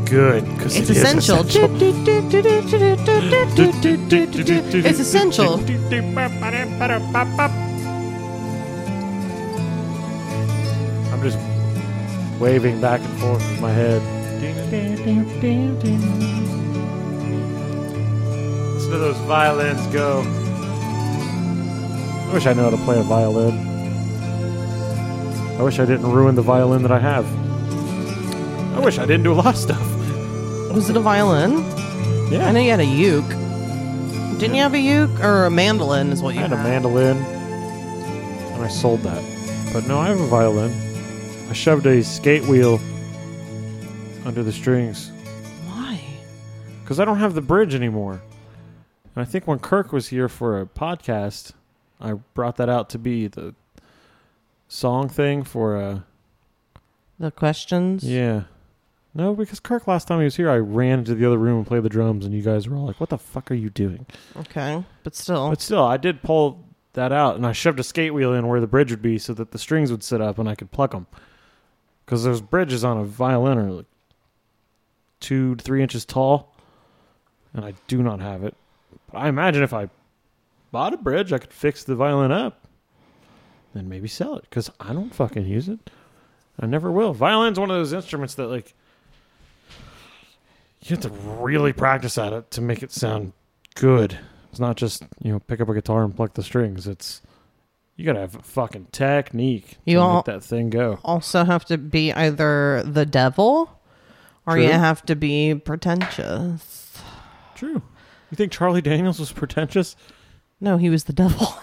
C: Good, because
B: It's essential. It's essential.
C: I'm just waving back and forth with my head. Listen to those violins go. I wish I knew how to play a violin. I wish I didn't ruin the violin that I have. I wish I didn't do a lot of stuff.
B: Was it a violin?
C: Yeah,
B: I know you had a uke. Didn't you have a uke or a mandolin? Is what you
C: I had a mandolin, and I sold that. But no, I have a violin. I shoved a skate wheel under the strings
B: Why?
C: because I don't have the bridge anymore. And I think when Kirk was here for a podcast, I brought that out to be the song thing for a
B: The questions.
C: yeah. No, because Kirk last time he was here, I ran into the other room and played the drums, and you guys were all like, "What the fuck are you doing?"
B: Okay, but still.
C: But still, I did pull that out, and I shoved a skate wheel in where the bridge would be, so that the strings would sit up and I could pluck them. Because those bridges on a violin are like two to three inches tall, and I do not have it. But I imagine if I bought a bridge, I could fix the violin up, then maybe sell it. Because I don't fucking use it. I never will. Violin's one of those instruments that like you have to really practice at it to make it sound good. It's not just you know pick up a guitar and pluck the strings. It's you gotta have fucking technique
B: You
C: to
B: all-
C: make that thing go.
B: also have to be either the devil or you
C: True.
B: have to be pretentious.
C: True. You think Charlie Daniels was pretentious?
B: No, he was the devil.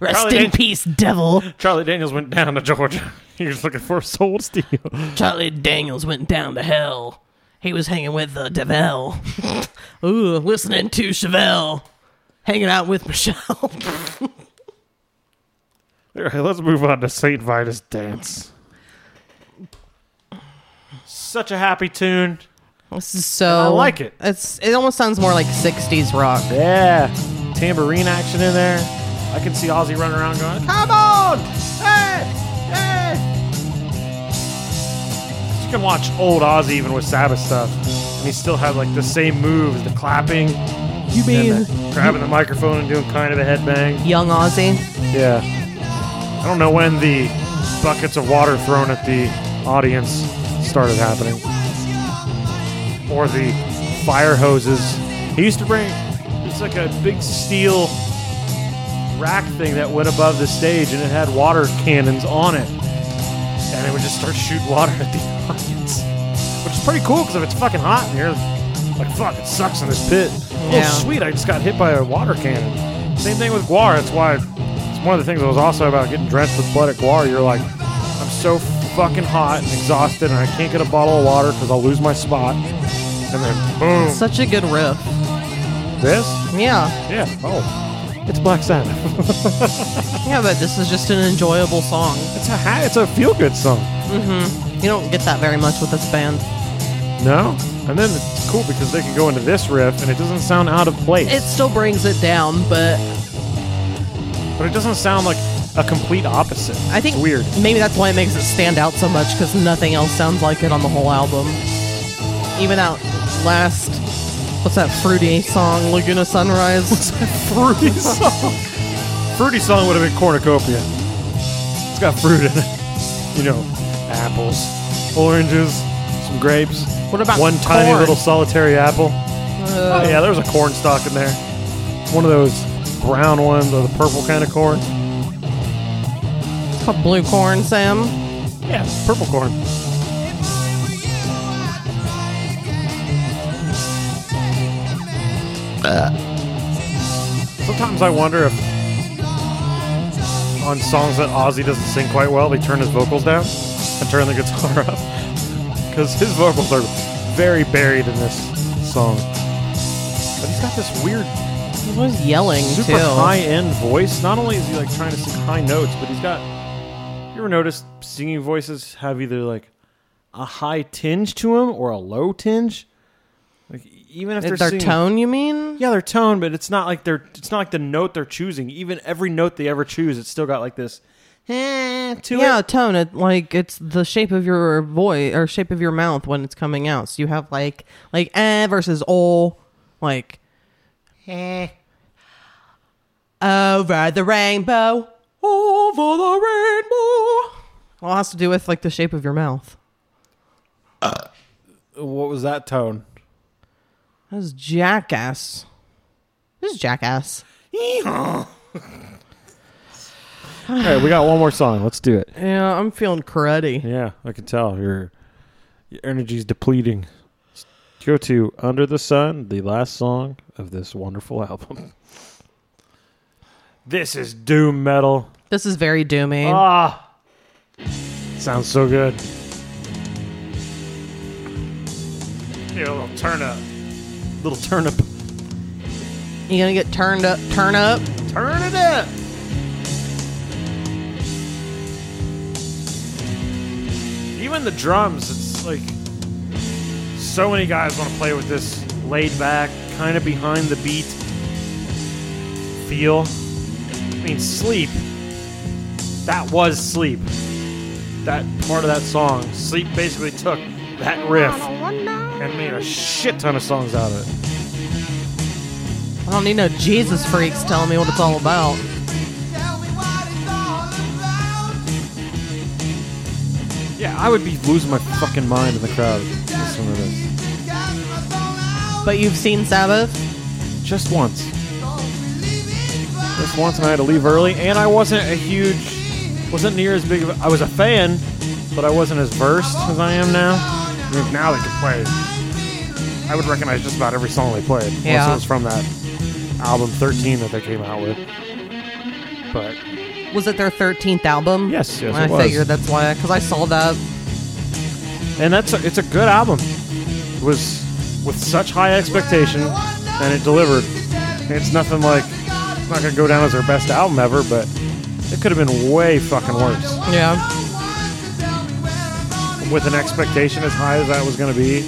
B: Rest
C: Charlie
B: in
C: Daniels-
B: peace, devil.
C: Charlie Daniels went down to Georgia. he was looking for a soul to steal.
B: Charlie Daniels went down to hell. He was hanging with uh, Deville. Ooh, listening to Chevelle. Hanging out with Michelle.
C: All right, let's move on to Saint Vitus Dance. Such a happy tune.
B: This is so.
C: I like it.
B: It's it almost sounds more like '60s rock.
C: Yeah, tambourine action in there. I can see Ozzy running around going, "Come on, hey, hey!" You can watch old Ozzy even with Sabbath stuff, and he still had like the same moves, the clapping,
D: You
C: and
D: mean
C: the, grabbing the microphone and doing kind of a headbang.
B: Young Aussie.
C: Yeah. I don't know when the buckets of water thrown at the audience started happening. Or the fire hoses. He used to bring it's like a big steel rack thing that went above the stage and it had water cannons on it. And it would just start shooting water at the audience. Which is pretty cool because if it's fucking hot in here, like fuck, it sucks in this pit.
B: Yeah.
C: Oh sweet, I just got hit by a water cannon. Same thing with Guar. That's why it's one of the things that was also about getting drenched with blood at Guar. You're like, I'm so fucking hot and exhausted, and I can't get a bottle of water because I'll lose my spot. And then boom,
B: Such a good riff.
C: this,
B: Yeah,
C: yeah, oh, it's Black Sabbath.
B: yeah, but this is just an enjoyable song.
C: It's a ha- it's a feel good song.
B: You don't get that very much with this band.
C: No, and then it's cool because they can go into this riff and it doesn't sound out of place.
B: It still brings it down, but
C: but it doesn't sound like a complete opposite.
B: I think
C: it's weird.
B: Maybe that's why it makes it stand out so much because nothing else sounds like it on the whole album. Even that last, what's that fruity song, Laguna Sunrise?
C: fruity song. Fruity song would have been cornucopia. It's got fruit in it. You know, apples, oranges, some grapes. What
B: about
C: one tiny
B: corn?
C: little solitary apple? oh yeah, there was a corn stalk in there. One of those brown ones or the purple kind of corn.
B: it's called Blue Corn, Sam.
C: Yeah, purple corn. Uh. Sometimes I wonder if on songs that Ozzy doesn't sing quite well, they turn his vocals down and turn the guitar up. Because his vocals are very buried in this song. But he's got this weird,
B: He was yelling
C: super
B: too.
C: high end voice. Not only is he like trying to sing high notes, but he's got. You ever noticed singing voices have either like a high tinge to them or a low tinge? Like even if they're
B: Their
C: singing-
B: tone, you mean?
C: yeah, their tone, but it's not like they're it's not like the note they're choosing. Even every note they ever choose, it's still got like this eh, to
B: Yeah,
C: it.
B: tone. It like it's the shape of your voice or shape of your mouth when it's coming out. So you have like like eh versus oh, like eh. Over the rainbow, over the rainbow. Well, it has to do with like the shape of your mouth.
C: What was that tone?
B: This is jackass. This is jackass.
C: All right, we got one more song. Let's do it.
B: Yeah, I'm feeling cruddy.
C: Yeah, I can tell your your energy's depleting. Let's Go to Under the Sun, the last song of this wonderful album. This is doom metal.
B: This is very doomy.
C: Ah, sounds so good. Yeah, a little turn up, little turn up.
B: you gonna get turned up, turn up.
C: Turn it up. Even the drums, it's like so many guys want to play with this laid back, kind of behind the beat feel. I mean, sleep. That was sleep. That part of that song, sleep basically took that riff and made a shit ton of songs out of it.
B: I don't need no Jesus freaks telling me what it's all about.
C: Yeah, I would be losing my fucking mind in the crowd listening to this.
B: But you've seen Sabbath?
C: Just once. Just once, and I had to leave early, and I wasn't a huge, wasn't near as big of a, I was a fan, but I wasn't as versed as I am now. I mean, now they could play. I would recognize just about every song they played, unless
B: Yeah.
C: it was from that album 13 that they came out with. But
B: Was it their 13th album?
C: Yes, yes,
B: I
C: it was.
B: figured that's why, because I saw that.
C: and that's a, it's a good album. It was with such high expectation, and it delivered. It's nothing like it's not gonna go down as their best album ever, but it could have been way fucking worse.
B: Yeah.
C: With an expectation as high as that was gonna be,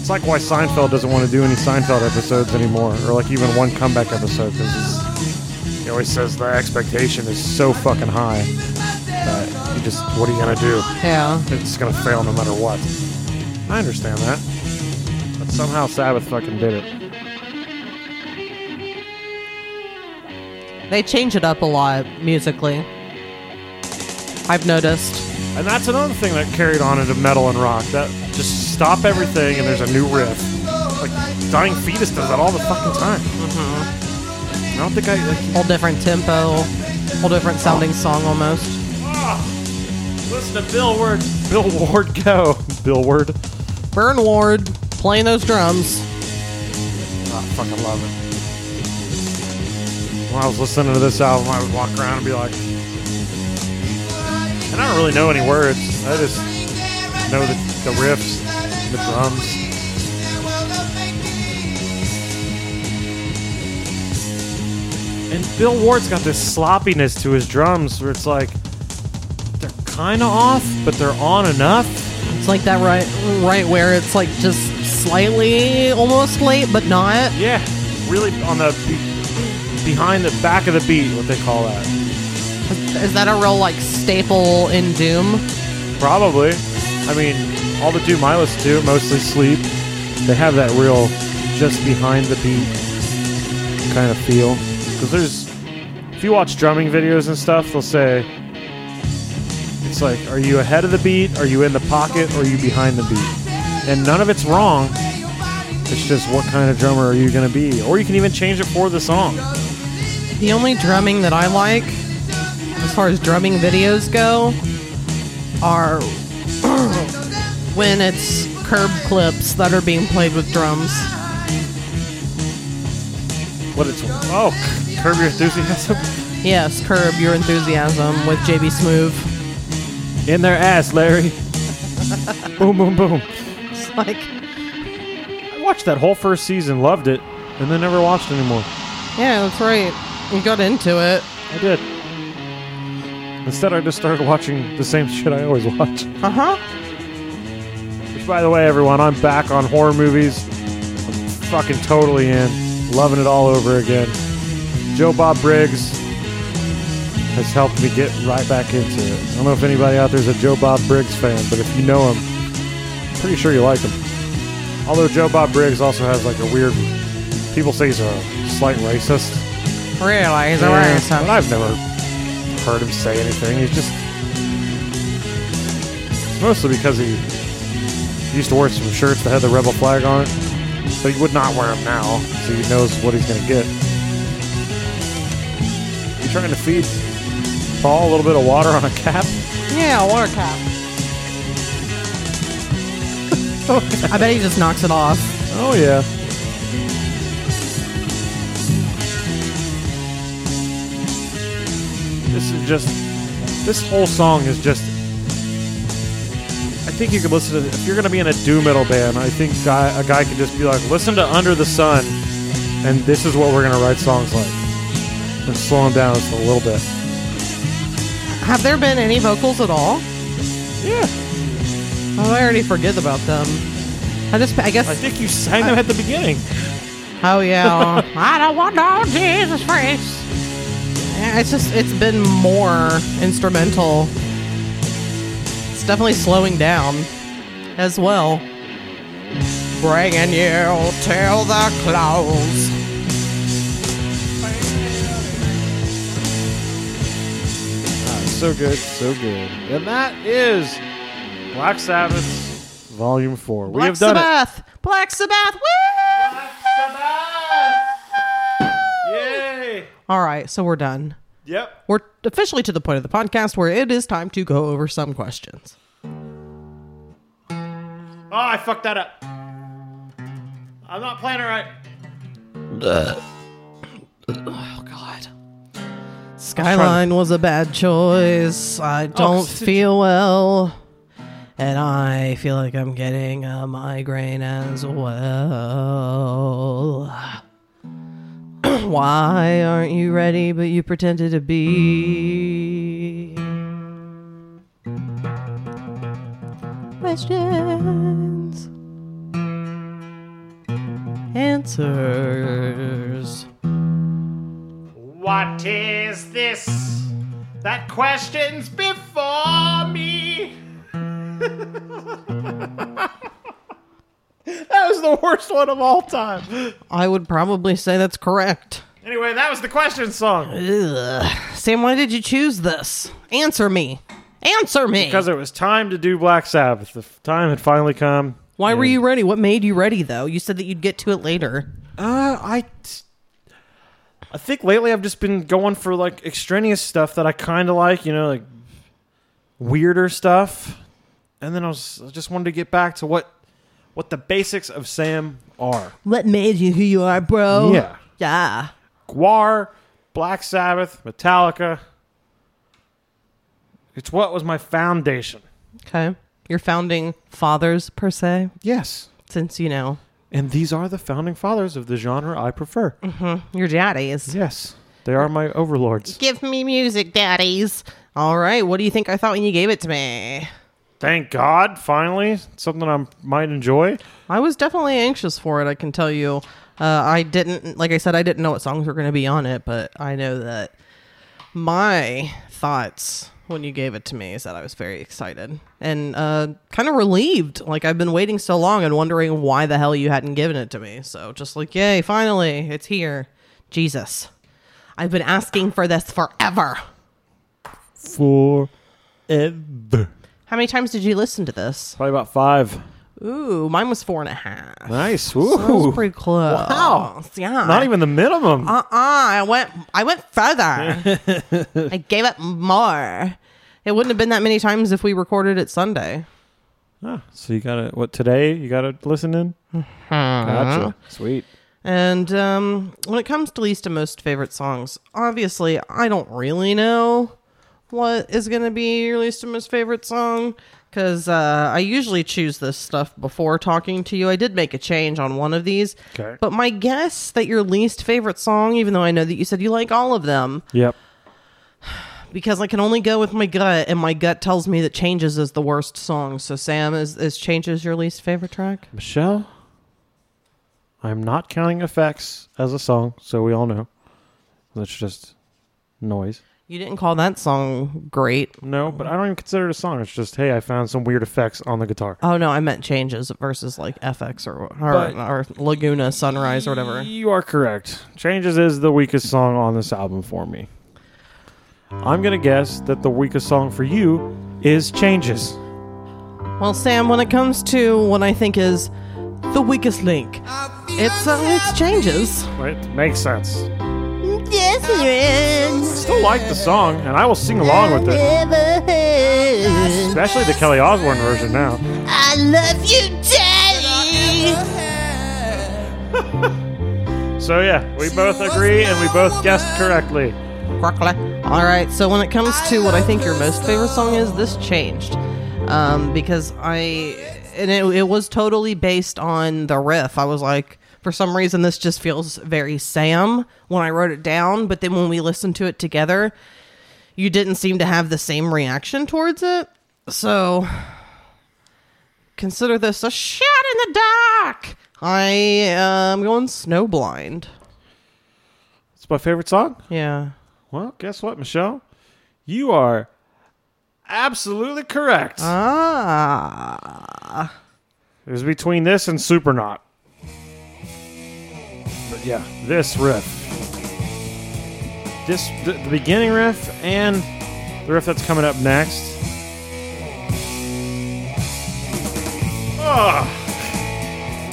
C: it's like why Seinfeld doesn't want to do any Seinfeld episodes anymore, or like even one comeback episode, because he always says the expectation is so fucking high. that you just what are you gonna do?
B: Yeah.
C: It's gonna fail no matter what. I understand that. But somehow Sabbath fucking did it.
B: They change it up a lot musically. I've noticed.
C: And that's another thing that carried on into metal and rock. That just stop everything and there's a new riff. Like Dying Fetus does that all the fucking time. I don't think I. Like,
B: Whole different tempo, whole different sounding song almost.
C: listen to Bill Ward. Bill Ward go. Bill Ward.
B: Burn Ward playing those drums.
C: I fucking love it. When I was listening to this album, I would walk around and be like, and I don't really know any words. I just know the, the riffs, the drums. And Bill Ward's got this sloppiness to his drums where it's like, they're kind of off, but they're on enough.
B: It's like that right right where it's like just slightly almost late, but not.
C: Yeah, really on the be- behind the back of the beat, what they call that.
B: Is that a real like staple in Doom?
C: Probably. I mean, all the Doom I listen to, mostly Sleep, they have that real just behind the beat kind of feel. Because there's, if you watch drumming videos and stuff, they'll say, it's like, are you ahead of the beat? Are you in the pocket? Or are you behind the beat? And none of it's wrong. It's just what kind of drummer are you going to be? Or you can even change it for the song.
B: The only drumming that I like, as far as drumming videos go, are when it's curb clips that are being played with drums.
C: What it's oh, curb your enthusiasm
B: Yes, curb your enthusiasm with JB Smoove.
C: in their ass, Larry. boom, boom, boom.
B: It's like,
C: I watched that whole first season, loved it, and then never watched anymore.
B: yeah, that's right. You got into it.
C: I did. Instead, I just started watching the same shit I always watch.
B: Uh huh.
C: Which, by the way, everyone, I'm back on horror movies. I'm fucking totally in, loving it all over again. Joe Bob Briggs has helped me get right back into it. I don't know if anybody out there's a Joe Bob Briggs fan, but if you know him, pretty sure you like him. Although Joe Bob Briggs also has like a weird, people say he's a slight racist.
B: Really? Is
C: Yeah,
B: that
C: but
B: right?
C: I've never heard him say anything. He's just it's mostly because he used to wear some shirts that had the rebel flag on it, but he would not wear them now, so he knows what he's going to get. You trying to feed Paul a little bit of water on a cap?
B: Yeah, water cap. I bet he just knocks it off.
C: Oh yeah. This is just this whole song is just I think you can listen to if you're gonna be in a doom metal band, I think guy, a guy could just be like, listen to Under the Sun and this is what we're gonna write songs like. And slow them down just a little bit.
B: Have there been any vocals at all?
C: Yeah.
B: Oh, I already forget about them. I just, I guess.
C: I think you sang them at the beginning.
B: oh yeah. I don't want no Jesus Christ. Yeah, It's just, it's been more instrumental. It's definitely slowing down, as well. Bringing you till the close.
C: So good, so good. And that is Black Sabbath's Volume 4. we
B: Black
C: have done
B: Sabbath. Black Sabbath. Woo!
C: it. Yay!
B: All right, so we're done.
C: Yep.
B: We're officially to the point of the podcast where it is time to go over some questions.
C: Oh, I fucked that up. I'm not playing it right.
B: Oh, God. Skyline was a bad choice.
C: Oh,
B: I don't
C: sit-
B: feel well. And I feel like I'm getting a migraine as well. Why aren't you ready, but you pretended to be? Questions. Answers.
I: What is this that questions before me? that was the worst one of all time.
B: I would probably say that's correct.
I: Anyway, that was the question song.
B: Ugh. Sam, why did you choose this? Answer me. Answer me.
C: Because it was time to do Black Sabbath. The f- time had finally come.
B: why were you ready? What made you ready, though? You said that you'd get to it later.
C: Uh, I, t- I think lately I've just been going for like extraneous stuff that I kind of like, you know, like weirder stuff. And then I was I just wanted to get back to what what the basics of Sam are.
B: What made you who you are, bro?
C: Yeah.
B: Yeah.
C: Guar, Black Sabbath, Metallica. It's what was my foundation.
B: Okay. Your founding fathers, per se,
C: Yes.
B: since, you know,
C: And these are the founding fathers of the genre I prefer.
B: your daddies.
C: Yes. They are my overlords.
B: Give me music, daddies. All right. What do you think I thought when you gave it to me?
C: Thank God, finally. Something I might enjoy.
B: I was definitely anxious for it. I can tell you, uh, I didn't like I said I didn't know what songs were going to be on it, but I know that my thoughts when you gave it to me is that I was very excited and uh, kind of relieved. Like I've been waiting so long and wondering why the hell you hadn't given it to me. So just like, yay, finally, it's here. Jesus, I've been asking for this forever.
C: Forever. Probably
B: How many times did you listen to this?
C: about five.
B: Ooh, mine was four and a half.
C: Nice. Ooh.
B: That was pretty close.
C: Wow.
B: Yeah.
C: Not even the minimum.
B: uh-uh i went i went further i gave it more it wouldn't have been that many times if we recorded it sunday
C: Ah, so you gotta what today? You gotta listen in? Mm-hmm. Gotcha. Sweet.
B: and um, when it comes to least and most favorite songs obviously i don't really know what is going to be your least and most favorite song because uh, i usually choose this stuff before talking to you i did make a change on one of these
C: Okay.
B: but my guess that your least favorite song even though i know that you said you like all of them
C: Yep.
B: because I can only go with my gut, and my gut tells me that Changes is the worst song. So, Sam, is, is Changes your least favorite track?
C: Michelle, I'm not counting effects as a song, so we all know. That's just noise.
B: You didn't call that song great.
C: No, but I don't even consider it a song. It's just, hey, I found some weird effects on the guitar.
B: Oh, no, I meant Changes versus like FX or,
C: But-
B: or, or Laguna Sunrise or whatever.
C: You are correct. Changes is the weakest song on this album for me. I'm going to guess that the weakest song for you is Changes.
B: Well, Sam, when it comes to what I think is the weakest link, it's, uh, it's Changes.
C: It makes sense.
B: Yes, it
C: Still like the song, and I will sing along with it,
B: is.
C: especially the Kelly Osbourne version now.
E: I love you, Daddy.
C: So, yeah, we both agree and we both guessed correctly.
B: All right, so when it comes to what I think your most favorite song is, this changed um, because I and it, it was totally based on the riff. I was like, for some reason, this just feels very Sam when I wrote it down, but then when we listened to it together, you didn't seem to have the same reaction towards it. So consider this a shot in the dark. I am going snowblind.
C: It's my favorite song.
B: Yeah.
C: Well, guess what, Michelle? You are absolutely correct.
B: Ah.
C: it was between this and Supernaut. But yeah, this riff. This the, the beginning riff and the riff that's coming up next. Ah,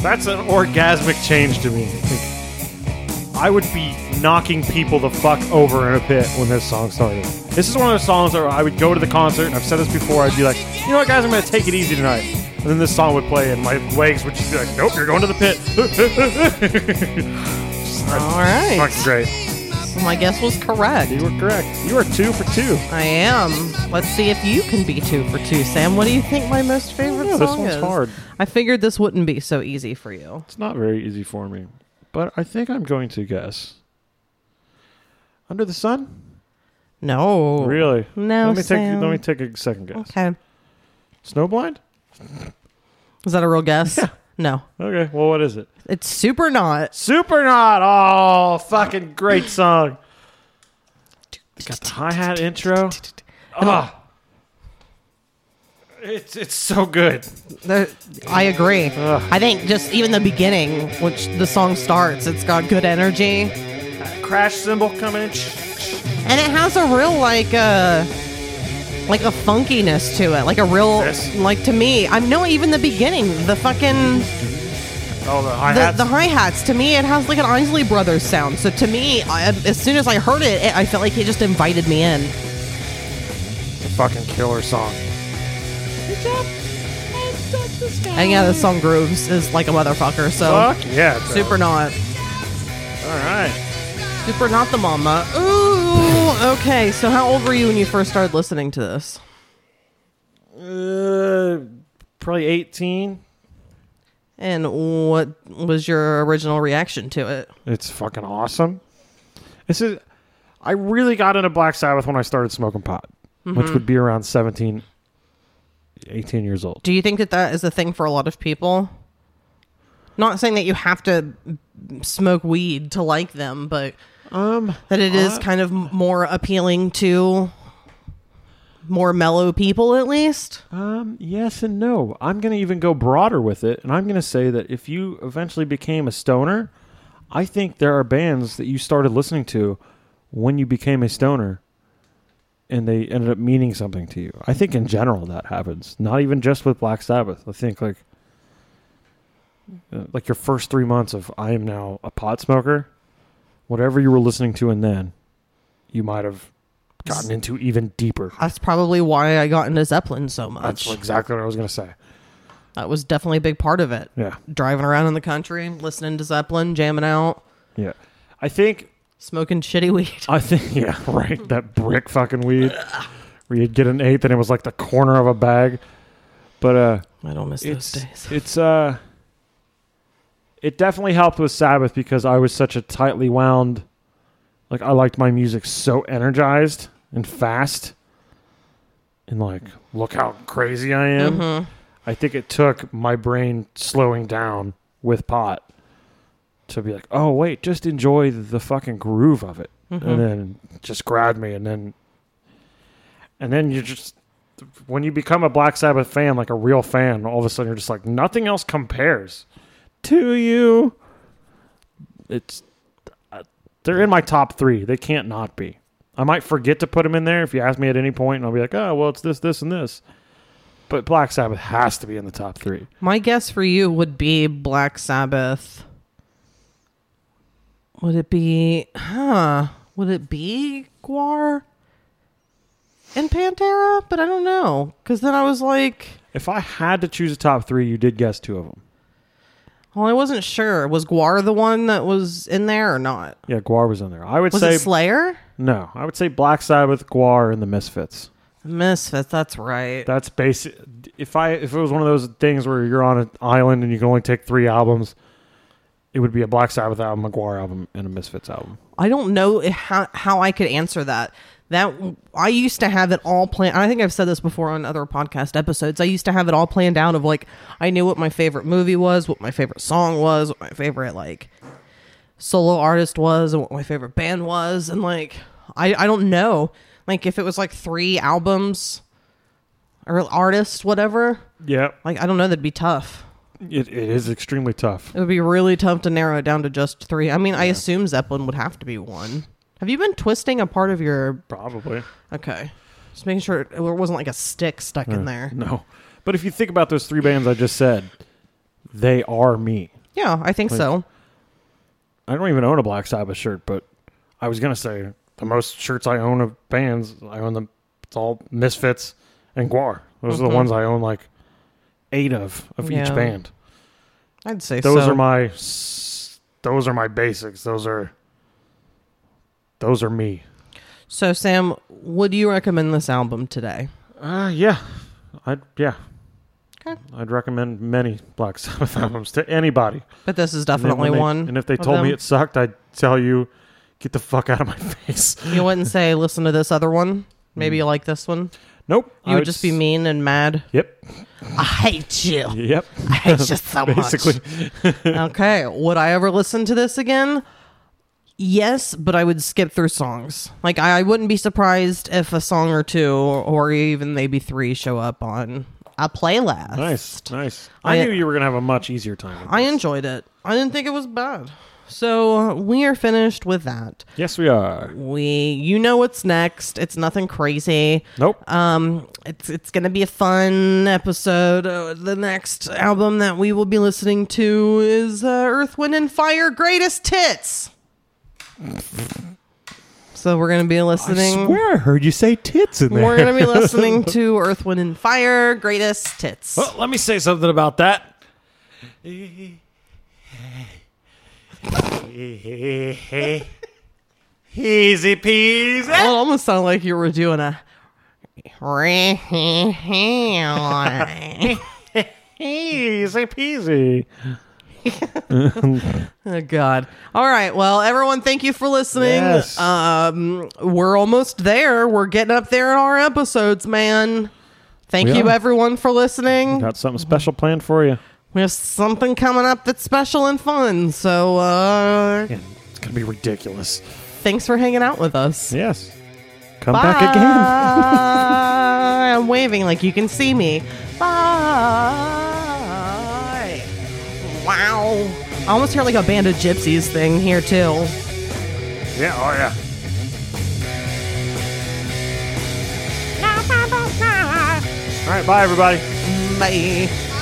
C: that's an orgasmic change to me. I would be knocking people the fuck over in a pit when this song started. This is one of those songs where I would go to the concert, and I've said this before, I'd be like, you know what, guys, I'm going to take it easy tonight. And then this song would play, and my legs would just be like, nope, you're going to the pit.
B: All right.
C: Fucking great.
B: My guess was correct.
C: You were correct. You are two for two.
B: I am. Let's see if you can be two for two, Sam. What do you think my most favorite
C: Yeah,
B: song
C: this one's
B: is?
C: hard.
B: I figured this wouldn't be so easy for you.
C: It's not very easy for me, but I think I'm going to guess. Under the sun?
B: No.
C: Really?
B: No,
C: Let me
B: Sam.
C: take. Let me take a second guess.
B: Okay.
C: Snowblind?
B: Is that a real guess? No.
C: Okay. Well, what is it?
B: It's super not.
C: Supernaut. Oh, fucking great song. Got the hi hat intro. Ah. It's it's so good.
B: There- I agree. I think just even the beginning, which the song starts, it's got good energy.
C: Crash cymbal coming in.
B: and it has a real like uh like a funkiness to it like a real
C: Yes.
B: like to me i'm no even the beginning the fucking
C: Oh, the hi
B: the,
C: hats.
B: the hi-hats to me it has like an isley brothers sound so to me I, as soon as i heard it, it i felt like it just invited me in
C: fucking killer song.
B: and yeah the song grooves is like a motherfucker so
C: Fuck yeah. bro.
B: super not
C: All right.
B: super not the mama ooh okay so how old were you when you first started listening to this
C: Uh, probably 18.
B: and what was your original reaction to it
C: It's fucking awesome. This is. I really got into Black Sabbath when I started smoking pot, which would be around 17, 18 years old.
B: Do you think that that is a thing for a lot of people? Not saying that you have to smoke weed to like them, but
C: Um,
B: that it is kind of more appealing to more mellow people, at least.
C: um, yes and no. I'm gonna even go broader with it, and I'm gonna say that if you eventually became a stoner, I think there are bands that you started listening to when you became a stoner, and they ended up meaning something to you. I think in general that happens, not even just with Black Sabbath. I think like, uh, like your first three months of I am now a pot smoker, whatever you were listening to, and then you might have gotten into even deeper.
B: That's probably why I got into Zeppelin so much.
C: That's exactly what I was gonna say.
B: that was definitely a big part of it.
C: Yeah,
B: Driving around in the country, listening to Zeppelin, jamming out,
C: yeah. I think
B: smoking shitty weed.
C: I think yeah, right. That brick fucking weed where you'd get an eighth and it was like the corner of a bag. But uh,
B: I don't miss
C: it's
B: those days.
C: it's uh, it definitely helped with Sabbath because I was such a tightly wound. Like I liked my music so energized and fast, and like look how crazy I am.
B: Mm-hmm.
C: I think it took my brain slowing down with pot to be like, oh wait, just enjoy the fucking groove of it,
B: Mm-hmm.
C: and then it just grabbed me, and then and then you just when you become a Black Sabbath fan, like a real fan, all of a sudden you're just like nothing else compares to you. It's uh, they're in my top three. They can't not be. I might forget to put them in there if you ask me at any point, and I'll be like, oh well, it's this, this, and this. But Black Sabbath has to be in the top three.
B: My guess for you would be Black Sabbath. Would it be, huh? Would it be Guar and Pantera? But I don't know. Because then I was like,
C: If I had to choose a top three, you did guess two of them.
B: well, I wasn't sure. Was Guar the one that was in there or not?
C: Yeah, Guar was in there. I would
B: Was
C: say
B: it Slayer?
C: no. I would say Black Sabbath, Guar, and the Misfits.
B: Misfits, that's right.
C: That's basic. If I if it was one of those things where you're on an island and you can only take three albums, it would be a Black Sabbath album, a Guar album, and a Misfits album.
B: I don't know i- how, how I could answer that. That I used to have it all planned. I think I've said this before on other podcast episodes. I used to have it all planned out of like I knew what my favorite movie was, what my favorite song was, what my favorite like solo artist was, and what my favorite band was, and like I I don't know like if it was like three albums or artists whatever.
C: Yeah,
B: Like I don't know. That'd be tough.
C: it, it is extremely tough.
B: It would be really tough to narrow it down to just three. I mean, I assume Zeppelin would have to be one. Have you been twisting a part of your?
C: Probably
B: Okay, just making sure it wasn't like a stick stuck in there.
C: no. But if you think about those three bands I just said, they are me.
B: Yeah, I think so.
C: I don't even own a Black Sabbath shirt, but I was gonna say the most shirts I own of bands, I own them. It's all Misfits and Guar. Those
B: Mm-hmm.
C: are the ones I own like eight of of each
B: Yeah.
C: band.
B: I'd say
C: those
B: so.
C: are my s- those are my basics those are Those are me.
B: So, Sam, would you recommend this album today?
C: Uh, yeah, I'd yeah.
B: Okay.
C: I'd recommend many Black Sabbath albums to anybody.
B: But this is
C: And then
B: definitely
C: when they-
B: one.
C: And if they
B: of
C: told me
B: them.
C: it sucked, I'd tell you, get the fuck out of my face. Mm.
B: you wouldn't say, listen to this other one. Maybe you like this one.
C: Nope.
B: You would just be
C: me.
B: mean and mad.
C: Yep.
B: I hate you.
C: Yep.
B: I hate you so much.
C: Basically,
B: Okay. Would I ever listen to this again? Yes, but I would skip through songs. Like I, I wouldn't be surprised if a song or two, or even maybe three, show up on a playlist.
C: nice, nice. I,
B: I-
C: knew you were gonna have a much easier time.
B: I enjoyed it. I didn't think it was bad. So we are finished with that.
C: yes, we are.
B: We, you know what's next. It's nothing crazy.
C: Nope.
B: Um, it's it's gonna be a fun episode. Uh, the next album that we will be listening to is uh, Earth, Wind, and Fire: Greatest Hits. So we're gonna be listening.
C: I heard you say tits in
B: We're gonna be listening to Earth, Wind, and Fire: Greatest Hits.
C: Well, let me say something about that. Easy peasy.
B: Well, it almost sounded like you were doing a. oh
C: Easy peasy.
B: Oh, God! All right. Well, everyone, thank you for listening.
C: Yes.
B: Um, we're almost there. We're getting up there in our episodes, man. Thank
C: We
B: you,
C: are.
B: everyone, for listening.
C: Got something special planned for you.
B: We have something coming up that's special and fun. So, uh,
C: And it's gonna be ridiculous.
B: thanks for hanging out with us.
C: Yes. Come
B: Bye.
C: back again.
B: I'm waving like you can see me. Bye. Wow. I almost hear like a band of gypsies thing here too.
C: Yeah. Oh yeah. All right. Bye, everybody.
B: Bye.